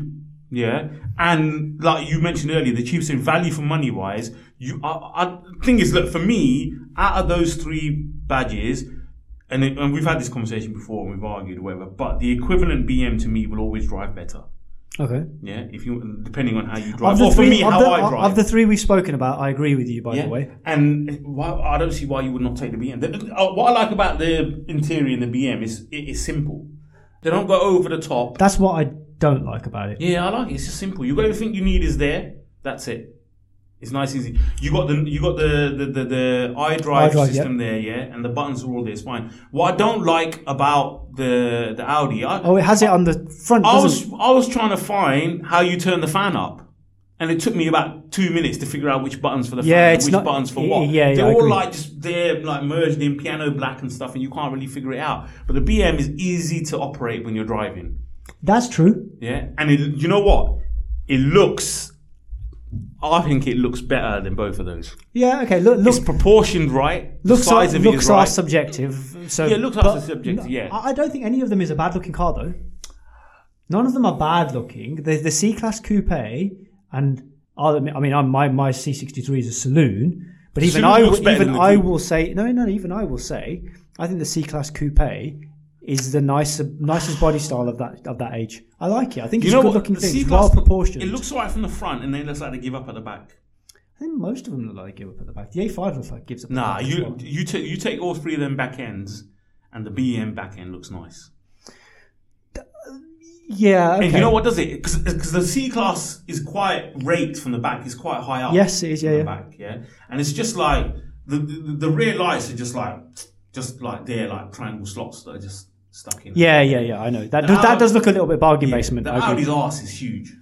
Yeah, and like you mentioned earlier, the cheapest in value for money wise, you. I, I thing is, look for me, out of those three badges, and, it, and we've had this conversation before and we've argued whatever, but the equivalent BM to me will always drive better.
Okay.
Yeah, if you depending on how you
Of
drive,
the
or for
three-
me,
of
how
the-
I drive.
Of the three we've spoken about, I agree with you, by
yeah,
the way.
and why, I don't see why you would not take the BM. The- uh, what I like about the interior in the BM is it is simple. They don't go over the top.
That's what I don't like about it.
Yeah, I like it. It's just simple. You got everything you need is there. That's it. It's nice, easy. You got the you got the the the, the iDrive
iDrive,
system there, yeah, and the buttons are all there. It's fine. What I don't like about the the Audi, I,
Oh, it has it on the front,
I
doesn't
was
it?
I was trying to find how you turn the fan up. And it took me about two minutes to figure out which buttons for the
Yeah,
fan,
it's
which
not-
buttons for
yeah,
what.
yeah, yeah,
they're
I
all
agree.
like just they're like merged in piano black and stuff, and you can't really figure it out. But the BM is easy to operate when you're driving.
That's true.
Yeah, and it, you know what? It looks. I think it looks better than both of those.
Yeah, okay. Look,
It's
looks
proportioned right. The
looks
size
are,
of it
looks
is
are
right.
subjective. So
yeah, looks
but
are subjective. Yeah,
I I don't think any of them is a bad looking car though. None of them are bad looking. There's the C class coupe, and I'll admit- I mean, I'm, my my C63 is a saloon, but even
Saloon
I
looks
will-
better
even
than the
I
coupe.
will say no, no, even I will say I think the C class coupe is the nicer nicest body style of that of that age. I like it. I think
you
it's
know
a good
what?
looking thing. It's
C-Class,
well proportioned.
It looks alright from the front, and then it looks like they give up at the back.
I think most of them look like give up at the back. The A5 looks like gives up.
Nah,
at the back as
you
well.
you take you take all three of them back ends, and the BM back end looks nice.
Yeah. Okay.
And you know what does it? Because the C class is quite raked from the back. It's quite high up.
Yes, it is. Yeah.
in the
yeah.
back, yeah. And it's just like the, the the rear lights are just like just like they're like triangle slots that are just stuck in.
Yeah, yeah, yeah. I know that. Does, that
Audi-
does look a little bit bargain basement.
The
I agree.
Audi's arse is huge.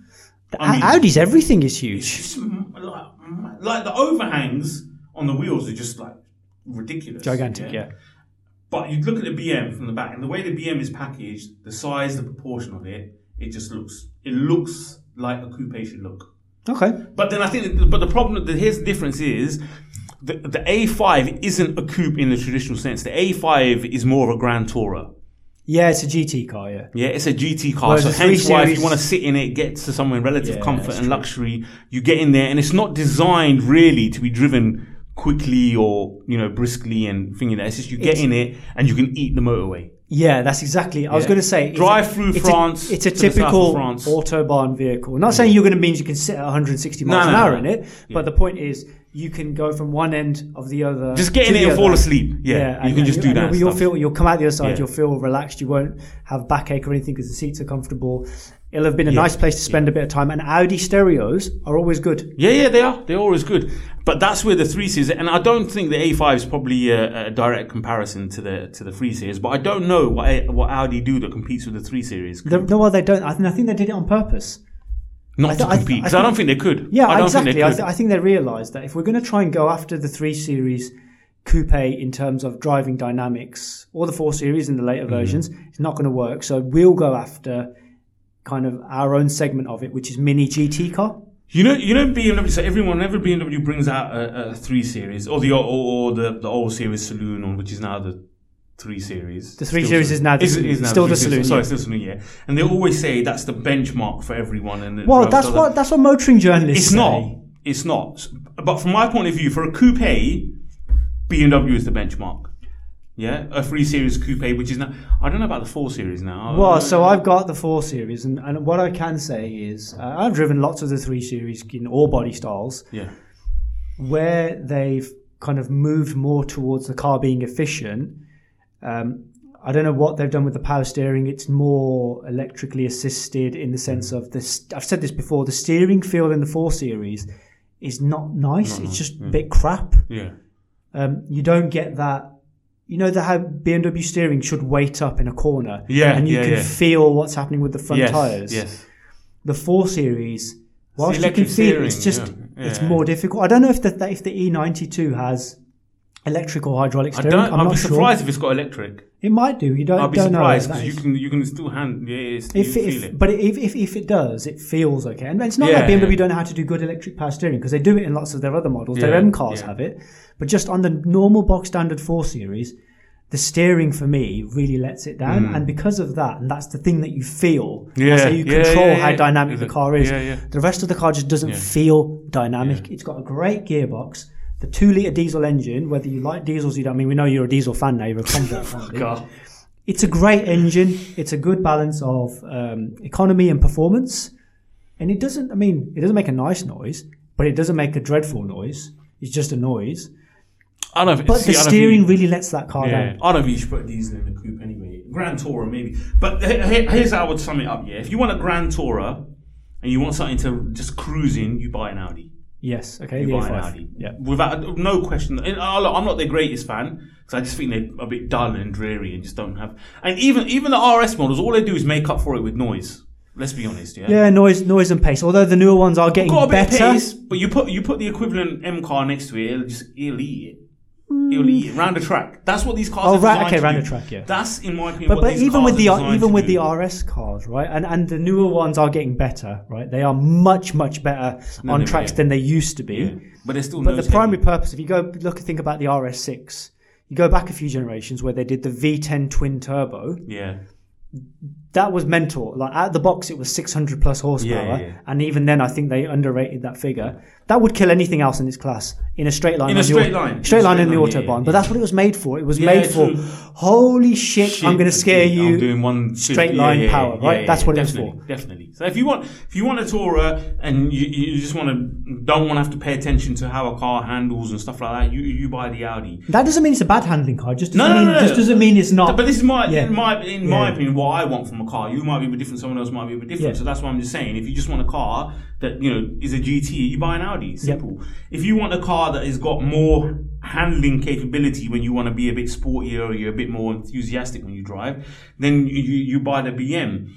The
I mean-
Au- Audi's everything is huge.
It's m- like, m- like the overhangs on the wheels are just like ridiculous.
Gigantic, yeah.
But you look at the BM from the back, and the way the BM is packaged, the size, the proportion of it, it just looks it looks like a coupe should look.
Okay.
But then I think, but the problem, the, here's the difference is the, the A5 isn't a coupe in the traditional sense. The A5 is more of a Grand Tourer.
Yeah, it's a GT car, yeah.
Yeah, it's a GT car.
Whereas
so
the three
hence why if
series-
you want to sit in it, get to somewhere in relative
Yeah,
comfort
that's
and luxury, you get in there and it's not designed really to be driven quickly or, you know, briskly and thing like that. It's just you get in it and you can eat the motorway.
Yeah, that's exactly. I was
Yeah.
going to say it's
Drive
a-
through
it's a-
France
it's a
to the south of
typical
France.
autobahn vehicle. Not saying you're going to mean you can sit at 160 miles
No,
an
no,
hour
no.
in it, but the point is you can go from one end of the other.
Just get
to
in
the
it and
other.
fall asleep. Yeah. you
and-
can
and
just do that.
and
and
You'll
stuff.
feel you'll come out the other side.
Yeah.
You'll feel relaxed. You won't have backache or anything because the seats are comfortable. It'll have been a nice place to spend a bit of time. And Audi stereos are always good.
Yeah, yeah, they are. They're always good. But that's where the three series, and I don't think the A5 is probably uh, a, a direct comparison to the to the three series. But I don't know what A- what Audi do that competes with the three series.
The- no, well, they don't. I, think I think they did it on purpose.
Not
th-
to
I th-
compete
I
because I, don't think they could.
Yeah,
I don't
exactly.
think they
I,
could.
th- I think they realised that if we're going to try and go after the three series coupe in terms of driving dynamics, or the four series in the later
Mm-hmm.
versions, it's not going to work. So we'll go after kind of our own segment of it, which is mini GT car.
you know, you know BMW. So everyone, whenever BMW brings out a, a three series or the or, or the the old series saloon, on which is now the three series.
The three series is now the saloon. Still the
three
saloon,
series.
yeah.
Sorry, still the saloon. Yeah, and they always say that's the benchmark for everyone. And it
Well,
drives
that's
other-
what that's what motoring journalists.
It's
say.
not. It's not. S- But from my point of view, for a coupe, BMW is the benchmark. Yeah, a three series coupe, which is now I don't know about the four series now.
Well, so I've got the four series, and, and what I can say is uh, I've driven lots of the three series in all body styles,
yeah,
where they've kind of moved more towards the car being efficient. Um, I don't know what they've done with the power steering. It's more electrically assisted in the sense of this. I've said this before. The steering feel in the four series is not nice. Mm. it's just a bit crap.
yeah.
Um, you don't get that. You know the, how BMW steering should weight up in a corner,
Yeah,
and you
yeah,
can
yeah.
feel what's happening with the front
yes,
tires
Yes.
the four series, whilst you can
electric
feel it's
steering,
just
yeah.
it's
Yeah.
more difficult. I don't know if the if the E ninety two has electric or hydraulic
I
steering.
don't.
I'm
I'd
not
be
sure.
surprised if it's got electric.
It might do. You don't.
I'd be
don't
surprised
know
because
if
you
that is.
can you can still hand. Yeah, it's,
If,
you
if,
feel it.
But if, if, if it does, it feels okay. And it's not
Yeah,
like BMW
yeah.
don't know how to do good electric power steering because they do it in lots of their other models. their
Yeah,
M cars
yeah.
have it. But just on the normal box standard 4 Series, the steering for me really lets it down. And because of that, and that's the thing that you feel. That's
Hmm. Yeah,
how you
yeah,
control
yeah,
how
yeah.
dynamic the car is.
Yeah, yeah.
The rest of the car just doesn't feel dynamic. It's got a great gearbox. The two litre diesel engine, whether you like diesels, you don't. I mean, we know you're a diesel fan now, you're a Convert fan. dude
God.
it's a great engine. It's a good balance of um, economy and performance. And it doesn't, I mean, it doesn't make a nice noise, but it doesn't make a dreadful noise. It's just a noise.
I don't.
But
see,
the
I don't
steering
think-
really lets that car
Yeah,
down.
I don't think you should put a diesel in the coupe anyway. Grand Tourer maybe, but he- he- here's how I would sum it up. Yeah, if you want a Grand Tourer and you want something to just cruise in, you buy an Audi.
Yes, okay,
You
the
buy an
A5.
Audi.
Yeah.
without no question. And, uh, look, I'm not their greatest fan because I just think they're a bit dull and dreary and just don't have. And even even the RS models, all they do is make up for it with noise. Let's be honest, yeah.
Yeah, noise, noise and pace. Although the newer ones are getting
Got a bit
better.
of pace, but you put you put the equivalent M car next to it, it'll just it'll eat it. It'll eat it round the track. That's what these cars.
Oh,
are
right,
designed
okay,
to
round
do.
the track, yeah.
That's in my opinion.
But,
what
but
these
even
cars
with
are
the
designed
even
to
with
do.
the RS cars, right, and and the newer ones are getting better, right? They are much much better on
they-
tracks
yeah.
than they used to be.
Yeah. But it's still.
But the primary purpose, if you go look think about the RS6, you go back a few generations where they did the V10 twin turbo.
Yeah.
That was mental. Like out of the box, it was 600 plus horsepower,
Yeah, yeah, yeah.
and even then, I think they underrated that figure. That would kill anything else in its class in a straight line.
In a
on the
straight
au-
line.
straight
In a
line in the
straight line, yeah,
autobahn.
yeah,
But that's what it was made for. It was
Yeah,
made for.
true.
Holy shit! I'm going to scare
Shit,
you.
I'm doing one
straight line power, right? That's what it was
definitely, Definitely. So if you want, if you want a tourer and you, you just want to don't want to have to pay attention to how a car handles and stuff like that, you you buy the Audi.
That doesn't mean it's a bad handling car. Just doesn't
No, no,
mean,
no, no.
just doesn't mean it's not.
But this is my
Yeah.
in my in my
Yeah.
opinion what I want from a car. You might be a bit different. Someone else might be a bit different.
Yeah.
So that's why I'm just saying. If you just want a car that you know is a GT, you buy an Audi. Simple. If you want a car that has got more handling capability when you want to be a bit sportier or you're a bit more enthusiastic when you drive, then you, you, you buy the BM.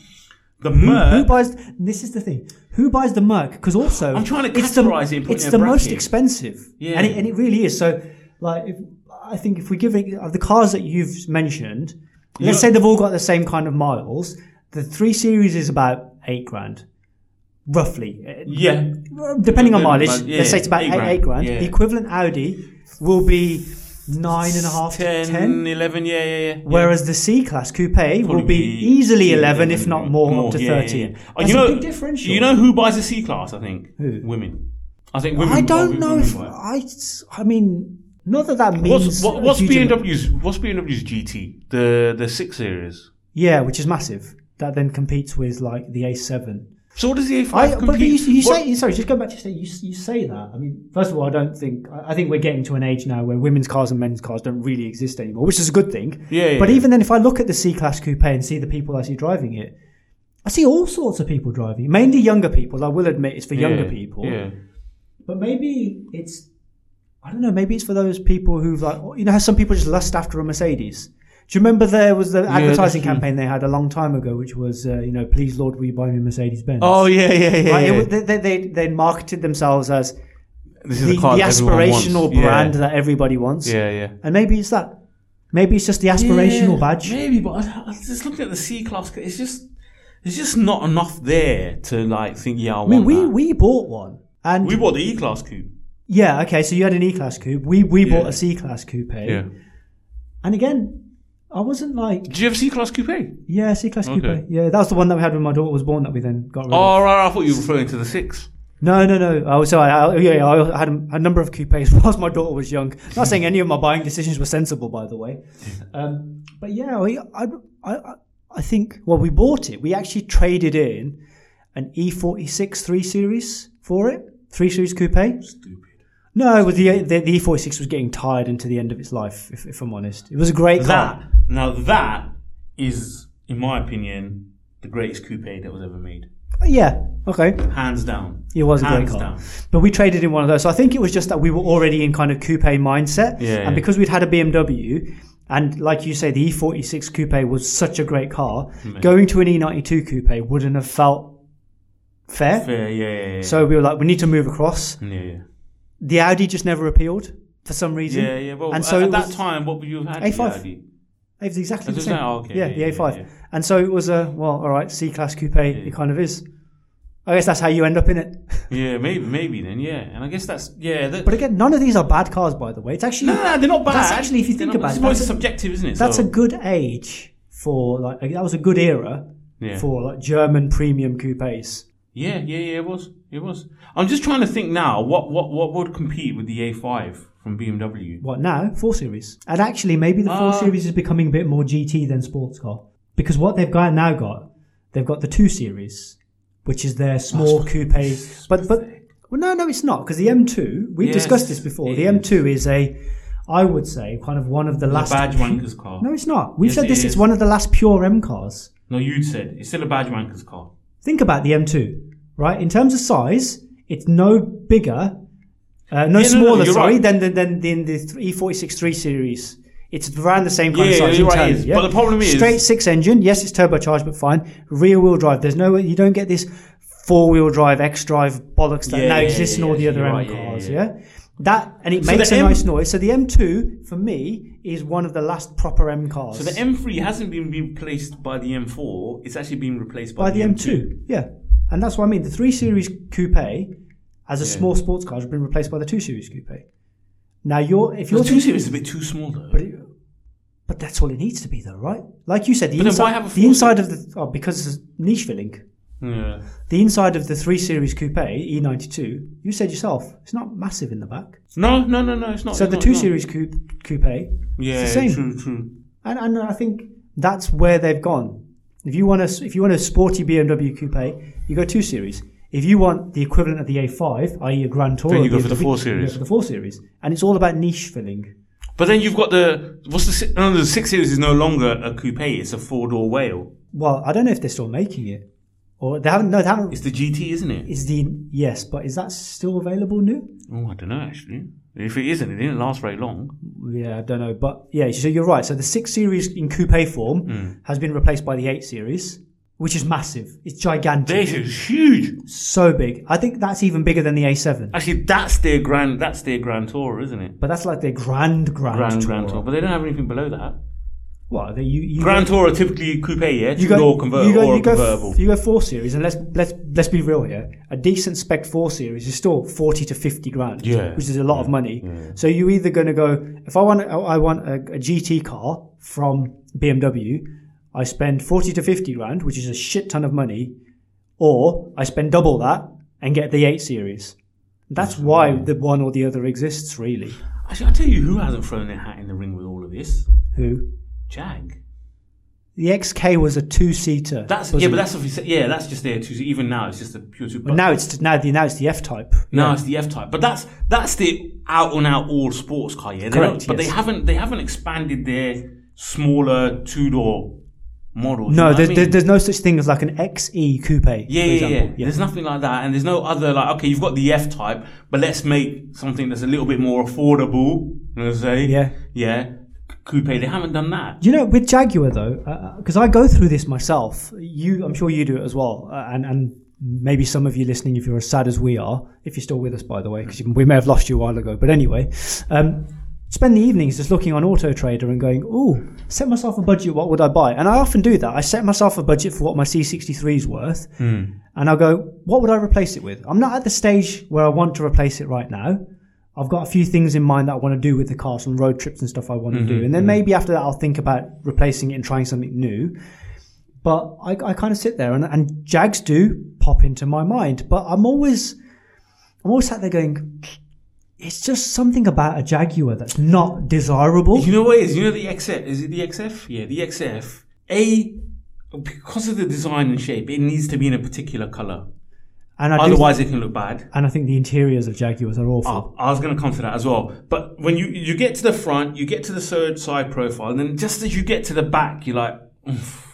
The
who
Merc.
buys? This is the thing. Who buys the Merc? Because also,
I'm trying to
it's the,
categorize it and put it
it's
in a
the most
bracket.
expensive,
Yeah.
and it, and it really is. So, like, if, I think if we give it, of the cars that you've mentioned, let's
know-
say they've all got the same kind of miles. The three series is about eight grand, roughly, eh,
Yeah.
depending on
Yeah,
mileage.
but- yeah,
let's say it's about
eight
eight,
grand,
eight grand.
yeah.
The equivalent Audi will be nine and a half to
10,
ten.
11, yeah, yeah, yeah.
Whereas the C class coupe will be
Probably
easily 11,
11,
if not more, up to
yeah, yeah, yeah.
13.
Oh,
That's
you know,
a big differential.
You know who buys a C class? I think
Who?
women. I think women.
I don't
women
know if
buy it.
I. I mean, not that that means.
What's what,
a
what's
huge amount-
BMW's what's BMW's GT the the six series?
Yeah, which is massive. That then competes with like the A7.
So what does the A5
I,
compete?
but you, you
What-
say you- sorry. Just go back to say you, you say that. I mean, first of all, I don't think I I think we're getting to an age now where women's cars and men's cars don't really exist anymore, which is a good thing.
Yeah, yeah,
but
yeah.
even then, if I look at the C class coupe and see the people I see driving it, I see all sorts of people driving. it. Mainly younger people. I will admit it's for
Yeah,
younger people.
Yeah.
But maybe it's, I don't know, maybe it's for those people who've like, you know how some people just lust after a Mercedes? Do you remember there was the advertising
that's true.
campaign they had a long time ago, which was, uh, you know, please Lord, will you buy me a Mercedes Benz?
Oh yeah, yeah, yeah.
Right, it
yeah.
wa- they, they, they, they marketed themselves as
this
the,
is
the,
car that everyone
aspirational
wants. Yeah.
brand that everybody wants.
Yeah, yeah.
And maybe it's that. Maybe it's just the aspirational badge.
Maybe, but I, I just looking at the C class, it's just there's just not enough there to like think. Yeah, I,
I mean,
want
we,
that.
we bought one. And
we bought the E class coupe.
yeah, okay, so you had an E Class coupe. We, we bought
Yeah.
a C Class coupe. And again, I wasn't like,
Did you have a C class coupe?
Yeah, C class coupe.
Okay.
Yeah, that was the one that we had when my daughter was born that we then got rid of.
Oh, right, I thought you were referring to the six.
No, no, no. I was sorry. I, yeah, yeah, I had a, a number of coupes whilst my daughter was young. Not saying any of my buying decisions were sensible, by the way. Um, but yeah, we, I, I, I- I think well, we bought it. We actually traded in an E46 three series for it, three series coupe.
Stupid.
No, with the, the the E46 was getting tired into the end of its life. If, if I'm honest, it was a great car.
That now that is, in my opinion, the greatest coupe that was ever made,
Yeah. Okay.
hands down.
It was a great
hands
car.
down.
But we traded in one of those. So I think it was just that we were already in kind of coupe mindset.
Yeah,
and
yeah.
because we'd had a BMW, and like you say, the E46 coupe was such a great car, going to an E92 coupe wouldn't have felt fair.
Fair, yeah, yeah, yeah.
So we were like, we need to move across.
yeah, yeah,
The Audi just never appealed for some reason.
yeah, yeah. Well,
and so
at,
it
at that
was-
time, what would you have had?
A5.
the Audi?
it was exactly
It
the
was
same.
that- okay,
yeah,
yeah,
the
yeah,
A5.
yeah.
And so it was a well, all right, C class coupe. It kind of is. I guess that's how you end up in it.
Yeah, maybe, maybe then. Yeah, and I guess that's yeah. That,
But again, none of these are bad cars, by the way. It's actually
no, no, no, they're not bad.
That's actually, if you
They're
think
not-
about
it's
it,
always
that's
subjective, isn't it?
That's
so,
a good age for like that was a good era
yeah.
for like German premium coupes.
Yeah, yeah, yeah, it was. It was. I'm just trying to think now what what what would compete with the A5 from BMW.
What now? Four series, and actually maybe the four
Ah.
series is becoming a bit more GT than sports car because what they've got now got they've got the two series, which is their small coupe. But but well, no, no, it's not because the M2. We've
Yes,
discussed this before.
it
The M2 is a, I would say, kind of one of the
a
last.
badge wanker's car.
No, it's not. We've
Yes,
said
it
this. It's
is.
one of the last pure M cars.
No, you'd said it's still a badge wanker's car.
Think about the M2, right? In terms of size, it's no bigger, uh, no
no,
smaller,
you're
sorry,
right.
than than than, than the three forty six three series. It's around the same kind
Yeah,
of size.
you're
in
right, it
terms,
is. But the problem is-
straight six engine. Yes, it's turbocharged, but fine. Rear wheel drive. There's no you don't get this four wheel drive X drive bollocks that
Yeah,
now
yeah,
exists
yeah,
in all the
yeah,
other
you're
M
right, yeah,
cars.
yeah,
Yeah, that and it
So
makes
the
a
M-
nice noise. So the M2 for me is one of the last proper M cars.
So the M3 hasn't been replaced by the M4. It's actually been replaced by,
by the M2. Yeah, and that's what I mean. The three series coupe, as a small sports car, has been replaced by the two series coupe. Now you're if
The
you're
two series is a bit too small though.
but, it- but that's all it needs to be, though, right? Like you said, the
But then why
inside
have a
the
four-
inside of the oh, because it's niche filling.
Yeah.
The inside of the three series coupe E92, you said yourself, it's not massive in the back.
No, no, no, no. It's not.
So
it's
the
not,
two
no.
series coupe, coupe
Yeah,
it's the same.
true, true.
And, and I think that's where they've gone. If you want a, if you want a sporty BMW coupe, you go two series. If you want the equivalent of the A5, i.e. a Grand Tourer,
Then you go
BMW,
for the four
You
series.
go for the four series, and it's all about niche filling.
But then you've got the what's the si- no, the six series is no longer a coupe. It's a four door whale.
Well, I don't know if they're still making it, or they haven't. No, they haven't.
It's the GT, isn't it?
Is the yes, but is that still available new?
Oh, I don't know actually. If it isn't, it didn't last very long.
Yeah, I don't know, but yeah, so you're right. So the six series in coupe form
Hmm.
has been replaced by the eight series, which is massive. It's gigantic,
This is huge.
so big. I think that's even bigger than the A7.
Actually, that's their grand. That's their grand tour, isn't it?
But that's like their grand grand
Grand
tour.
grand tour. But they don't have anything below that.
What they, you you
Grand tour are typically coupe, yeah,
you
two
go,
door convertible
you go,
or
you
a
go,
convertible.
You go four series, and let's let's let's be real here. A decent spec four series is still forty to fifty grand,
Yeah.
which is a lot of money. So you either going to go if I want I want a, a GT car from BMW, I spend forty to fifty grand, which is a shit ton of money, or I spend double that and get the eight series. That's why the one or the other exists, really.
Actually, I tell you who hasn't thrown their hat in the ring with all of this?
Who
Jag.
the XK was a two seater.
That's yeah, but that's obviously yeah, that's just their two. Even now, it's just a pure two.
But now it's now the now it's the F type.
No, it's the F type, but that's that's the out and out all sports car. Yeah, they
Correct,
don't- But
yes.
they haven't they haven't expanded their smaller two door model.
No,
there's
there's, there's, there's no such thing as like an XE coupe.
yeah,
for
yeah,
example.
yeah. There's nothing like that, and there's no other like okay, you've got the F type, but let's make something that's a little bit more affordable. You know what I'm saying?
Yeah.
yeah. Coupe, they haven't done that.
You know, with Jaguar though, because I go through this myself. You, I'm sure you do it as well, uh, and and maybe some of you listening, if you're as sad as we are, if you're still with us, by the way, because we may have lost you a while ago. But anyway, um, spend the evenings just looking on Auto Trader and going, "Oh, set myself a budget. What would I buy?" And I often do that. I set myself a budget for what my C63 is worth, and I go, "What would I replace it with?" I'm not at the stage where I want to replace it right now. I've got a few things in mind that I want to do with the car, some road trips and stuff I want to
Mm-hmm,
do. And then maybe after that, I'll think about replacing it and trying something new. But I, I kind of sit there and, and Jags do pop into my mind. But I'm always, I'm always sat there going, it's just something about a Jaguar that's not desirable.
You know what it is? You know the XF? Is it the XF? Yeah, the XF. A because of the design and shape, it needs to be in a particular color.
And I, do,
Otherwise, it can look bad.
and I think the interiors of Jaguars are
Oh,
awful.
I was going to come to that as well. But when you you get to the front, you get to the third side profile, and then just as you get to the back, you're like, "Oof."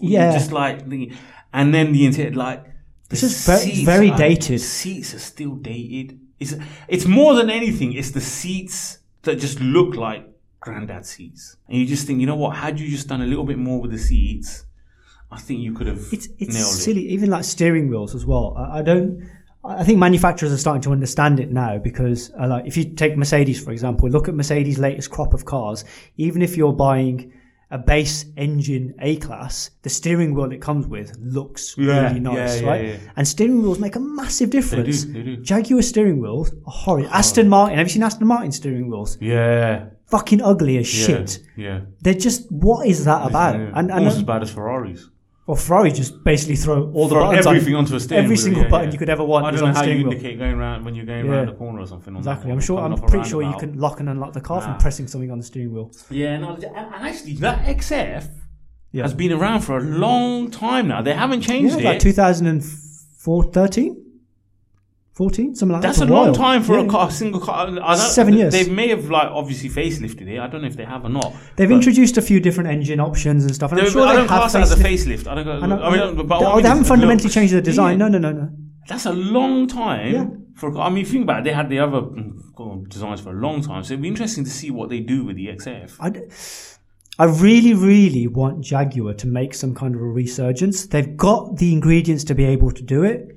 You're
Yeah.
just like the, and then the interior, like this
is ve- very dated.
Seats are still dated. It's it's more than anything. It's the seats that just look like granddad seats, and you just think, you know what? Had you just done a little bit more with the seats, I think you could have
It's it's
nailed it.
silly, even like steering wheels as well. I, I don't. I think manufacturers are starting to understand it now because, uh, like, if you take Mercedes for example, look at Mercedes' latest crop of cars. Even if you're buying a base engine A class, the steering wheel it comes with looks
Yeah,
really nice,
yeah, yeah,
right?
yeah.
And steering wheels make a massive difference.
they do.
Jaguar steering wheels are horrid. Aston Martin, have you seen Aston Martin steering wheels?
Yeah,
Fucking ugly as
yeah,
shit.
Yeah,
They're just what is that about?
yeah.
And,
almost as
and
bad as Ferraris.
well, Ferrari just basically throw all the
Throw
buttons on-
everything onto a steering
every
wheel,
single
yeah,
button
yeah.
you could ever want.
I
is
don't
on
know how
steering
you
wheel.
indicate going round when you're going
Yeah.
round the corner or something. On that
Exactly.
one,
I'm sure.
coming
I'm
off a
pretty sure you
roundabout.
can lock and unlock the car from pressing something on the steering wheel.
Yeah, no, and actually, that XF
Yeah.
has been around for a long time now. They haven't
Yeah,
changed
like
it.
2004, 13? 14? Something like that.
That's
It's
a long
while.
time for
Yeah.
a car, single car. I don't-
Seven years.
They may have like obviously facelifted it. I don't know if they have or not.
They've
but-
introduced a few different engine options and stuff. And I'm
They-
sure
I
they
don't
have
class that as a
facelift-
facelift. I don't. Go, I,
I know-
mean, but what I
they,
mean
they haven't
is
fundamentally
look-
changed the design.
Yeah.
No, no, no, no.
That's a long time
Yeah.
for. a car. I mean, think about it. They had the other mm, car designs for a long time, so it'd be interesting to see what they do with the XF.
I, d- I really, really want Jaguar to make some kind of a resurgence. They've got the ingredients to be able to do it.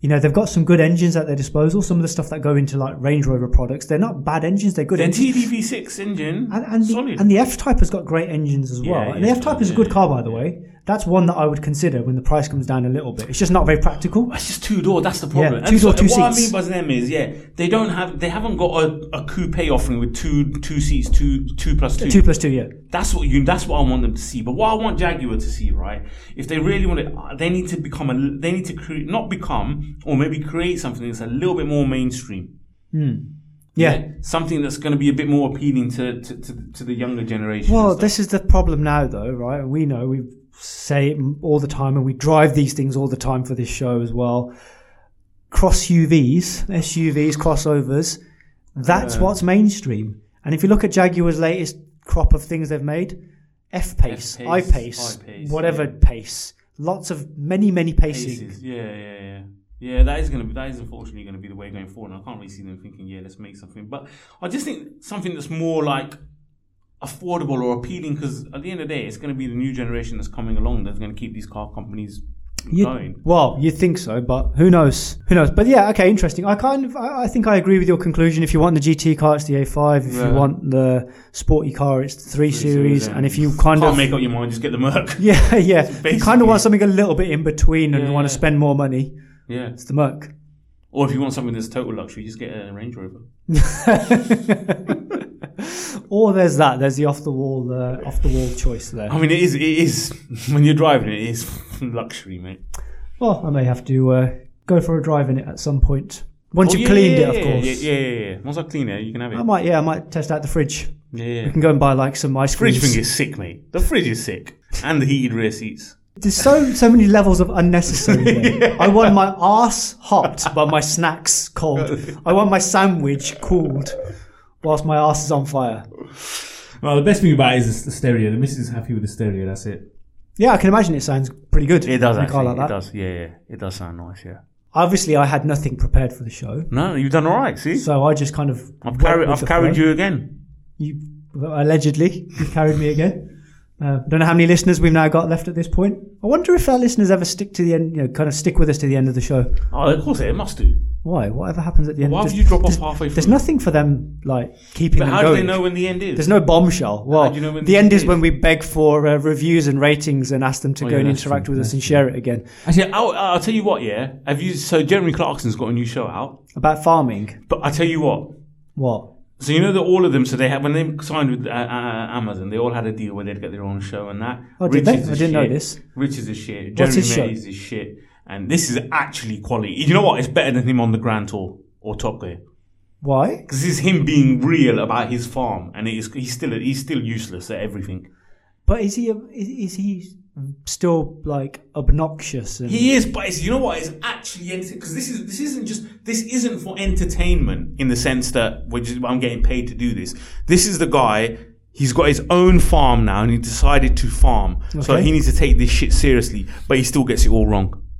You know, they've got some good engines at their disposal. Some of the stuff that go into like Range Rover products, they're not bad engines. They're good
Their
engines.
TDV6 engine,
And, and, the,
solid.
and the F Type has got great engines as well.
Yeah,
and the
yeah,
F Type
yeah,
is a good
yeah,
car, by the way. That's one that I would consider when the price comes down a little bit. It's just not very practical.
It's just two door. That's the problem.
two door,
And so
two
What I mean
seats.
by them is, yeah, they don't have, they haven't got a, a coupe offering with two two seats, two two plus two.
Two plus two, yeah.
That's what you. That's what I want them to see. But what I want Jaguar to see, right? If they really want it, uh, they need to become a. They need to create, not become, or maybe create something that's a little bit more mainstream.
Hmm. Yeah.
something that's going to be a bit more appealing to to, to, to the younger generation.
Well,
and stuff.
this is the problem now, though, right? We know we say it all the time, and we drive these things all the time for this show as well. Cross UVs, SUVs, crossovers. That's what's mainstream. And if you look at Jaguar's latest crop of things they've made, F pace,
F-Pace,
I pace,
I-Pace,
whatever pace, lots of many, many pacing.
Aces. Yeah, yeah, yeah. Yeah, that is gonna be that is unfortunately gonna be the way going forward. And I can't really see them thinking, yeah, let's make something. But I just think something that's more like affordable or appealing because at the end of the day, it's gonna be the new generation that's coming along that's gonna keep these car companies
You-
going.
well, you think so, but who knows? Who knows? But yeah, okay, interesting. I kind of, I, I think I agree with your conclusion. If you want the GT car, it's the A5. If
Yeah.
you want the sporty car, it's the three, series.
yeah.
And if you kind
can't
of,
make up your mind, just get the Merc.
yeah, yeah, you kind
basically-
of want something a little bit in between, and
Yeah,
you want to
yeah.
spend more money,
Yeah.
it's the Merc.
Or if you want something that's total luxury, just get a Range Rover.
or there's that. There's the off the wall, uh, off the wall choice there.
I mean, it is it is when you're driving it, it is luxury, mate.
Well, I may have to uh, go for a drive in it at some point once
Oh,
you've
yeah, yeah,
cleaned it, of
yeah,
course.
Yeah, yeah, yeah. yeah. Once I clean it, you can have
I
it.
might, yeah, I might test out the fridge.
Yeah, yeah.
You can go and buy like some ice cream.
Fridge thing is sick, mate. The fridge is sick, and the heated rear seats.
There's so so many levels of unnecessary. there. I want my ass hot, but my snacks cold. I want my sandwich cooled, whilst my ass is on fire.
Well, the best thing about it is the stereo. The missus is happy with the stereo. That's it.
Yeah, I can imagine it sounds pretty good.
It does
in a car
actually.
like that.
It does. Yeah, yeah. It does sound nice. Yeah.
Obviously, I had nothing prepared for the show,
No, you've done all right. See,
so I just kind of.
I've
went
carried.
with
I've
the
carried
flow.
you again.
You uh, allegedly you carried me again. Uh, don't know how many listeners we've now got left at this point. I wonder if our listeners ever stick to the end, you know, kind of stick with us to the end of the show.
Oh, of course it must do.
Why? Whatever happens at the end?
Why
just-
would you drop off
there's-
halfway
There's
through?
nothing for them like keeping
But
them
how do they
going.
know when the end is?
There's no bombshell. Well,
do you know when
the
the
end
end
is
is?
when we beg for uh, reviews and ratings and ask them to go
Oh, yeah,
and
that's
interact
true,
with us
that's
and share it again
Actually, I'll, I'll tell you what. Yeah, have you? So Jeremy Clarkson's got a new show out.
about farming.
But I tell you what.
What?
So you know that all of them. So they had when they signed with uh, uh, Amazon, they all had a deal where they'd get their own show and that.
Oh, did they?
is
I
a
didn't know
shit.
this.
Rich is a shit.
What's
Jeremy
his show?
Mays is shit. And this is actually quality. You know what? It's better than him on the Grand Tour or Top Gear.
Why?
Because this is him being real about his farm, and it is, he's still he's still useless at everything.
But is he? A, is, is he still like obnoxious? And,
He is, but it's, you know what? It's actually because this is this isn't just this isn't for entertainment in the sense that we're just, I'm getting paid to do this. This is the guy. He's got his own farm now, and he decided to farm. So
Okay.
he needs to take this shit seriously, but he still gets it all wrong.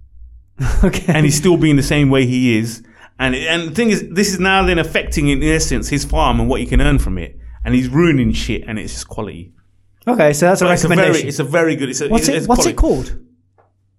okay.
and he's still being the same way he is. And and the thing is, this is now then affecting in essence his farm and what he can earn from it. And he's ruining shit, and it's just quality.
okay, so that's a
But it's a
recommendation.
very, it's a very good. It's a, it's,
what's it?
it's
What's
quality.
it called?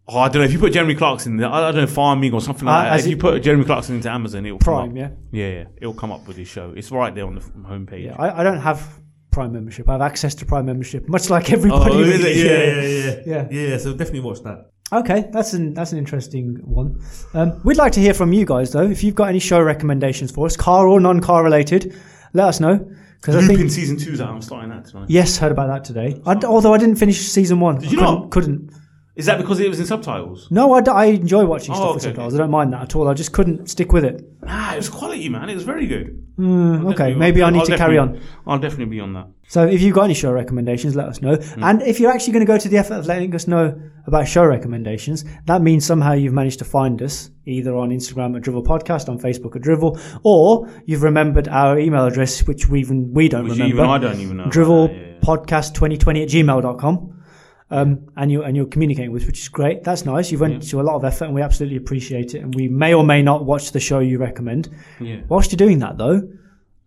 Oh, I don't know. If you put Jeremy Clarkson, in there, I I don't know, farming or something
Uh,
like that.
as
If
it-
you put Jeremy Clarkson into Amazon, it'll
Prime,
Come up.
yeah.
yeah, yeah, it'll come up with his show. It's right there on the f- homepage.
Yeah, I, I don't have Prime membership. I have access to Prime membership, much like everybody.
Oh,
really.
is it?
Yeah, yeah,
Yeah.
yeah. so definitely watch that.
Okay, that's an that's an interesting one. Um, we'd like to hear from you guys though. If you've got any show recommendations for us, car or non-car related, let us know. Because I
Lupin
think
season two's out. I'm starting that tonight.
yes, heard about that today. I d although I didn't finish season one, did
you
I couldn't,
not?
Couldn't.
Is that because it was in subtitles?
No, I, d- I enjoy watching
Oh,
stuff with
okay, okay.
subtitles. I don't mind that at all. I just couldn't stick with it.
Nah, it was quality, man. It was very good.
Okay,
Definitely-
maybe I need
I'll
to carry on.
definitely- I'll definitely be on that.
So if you've got any show recommendations, let us know.
Mm.
And if you're actually going to go to the effort of letting us know about show recommendations, that means somehow you've managed to find us either on Instagram at Drivel Podcast, on Facebook at Drivel, or you've remembered our email address, which we even we don't
Which
remember.
even I don't even know. about
Drivel
that, yeah, yeah.
podcast 2020 at gmail.com. Um, and you and you're communicating with, which is great. That's nice. You went to a lot of effort, and we absolutely appreciate it. And we may or may not watch the show you recommend.
Yeah.
Whilst you're doing that, though,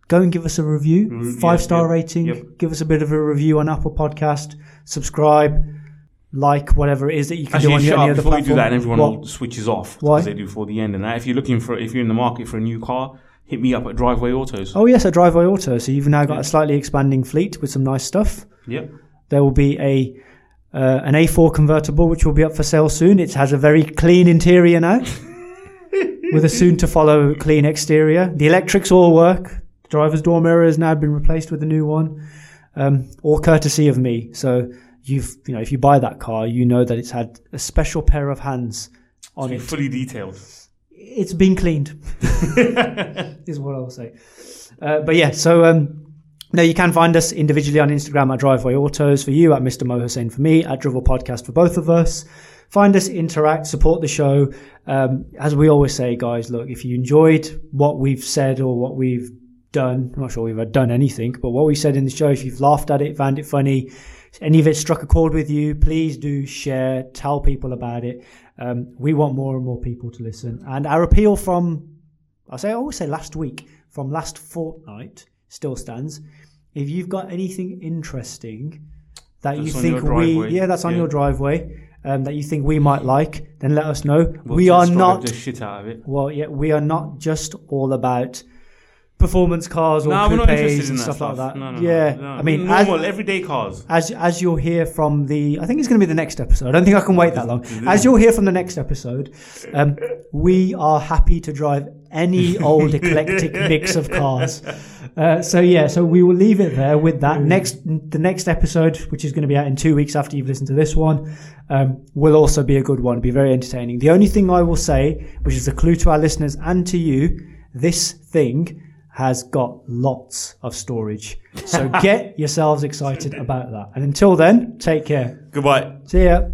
go and give us a review,
Mm,
five
yeah,
star
yeah,
rating.
yep.
Give us a bit of a review on Apple Podcast. Subscribe, like whatever it is that you can
Actually,
do
shut
on
up
any other
before
platform.
we do that, and everyone
What?
all switches off
Why?
because they do for the end. And that, if you're looking for, if you're in the market for a new car, hit me up at Driveway Autos.
Oh yes, a Driveway Auto. So you've now got a slightly expanding fleet with some nice stuff.
Yep.
There will be a uh, an A4 convertible which will be up for sale soon. It has a very clean interior now, with a soon to follow clean exterior. The electrics all work. Driver's door mirror has now been replaced with a new one, um, all courtesy of me. So you've you know if you buy that car, you know that it's had a special pair of hands on it.
Fully detailed.
It's been cleaned, is what I'll say. Uh, but yeah, so um, no, you can find us individually on Instagram at Driveway Autos for you, at Mr. Mo Hussein for me, at Drivel Podcast for both of us. Find us, interact, support the show. Um, as we always say, guys, look, if you enjoyed what we've said or what we've done, I'm not sure we've done anything, but what we said in the show, if you've laughed at it, found it funny, any of it struck a chord with you, please do share, tell people about it. Um, we want more and more people to listen. And our appeal from I say I always say last week from last fortnight still stands. If you've got anything interesting that you
That's on
think
your
we
driveway.
yeah that's on
Yeah.
your driveway um, that you think we might like, then let us know.
We'll
we
just
are
drive
not
the shit out of it.
well yeah we are not just all about performance cars or
No, we're
coupes
not interested in
and
that
stuff,
stuff.
like that.
No, no, no,
yeah,
no.
I mean as,
normal everyday cars.
as as you'll hear from the I think it's going to be the next episode. I don't think I can wait that long. As you'll hear from the next episode, um, we are happy to drive any old eclectic mix of cars. Uh, so yeah, so we will leave it there with that. Next, the next episode, which is going to be out in two weeks after you've listened to this one, um, will also be a good one. Be very entertaining. The only thing I will say, which is a clue to our listeners and to you, this thing has got lots of storage. So get yourselves excited about that. And until then, take care.
Goodbye.
See ya.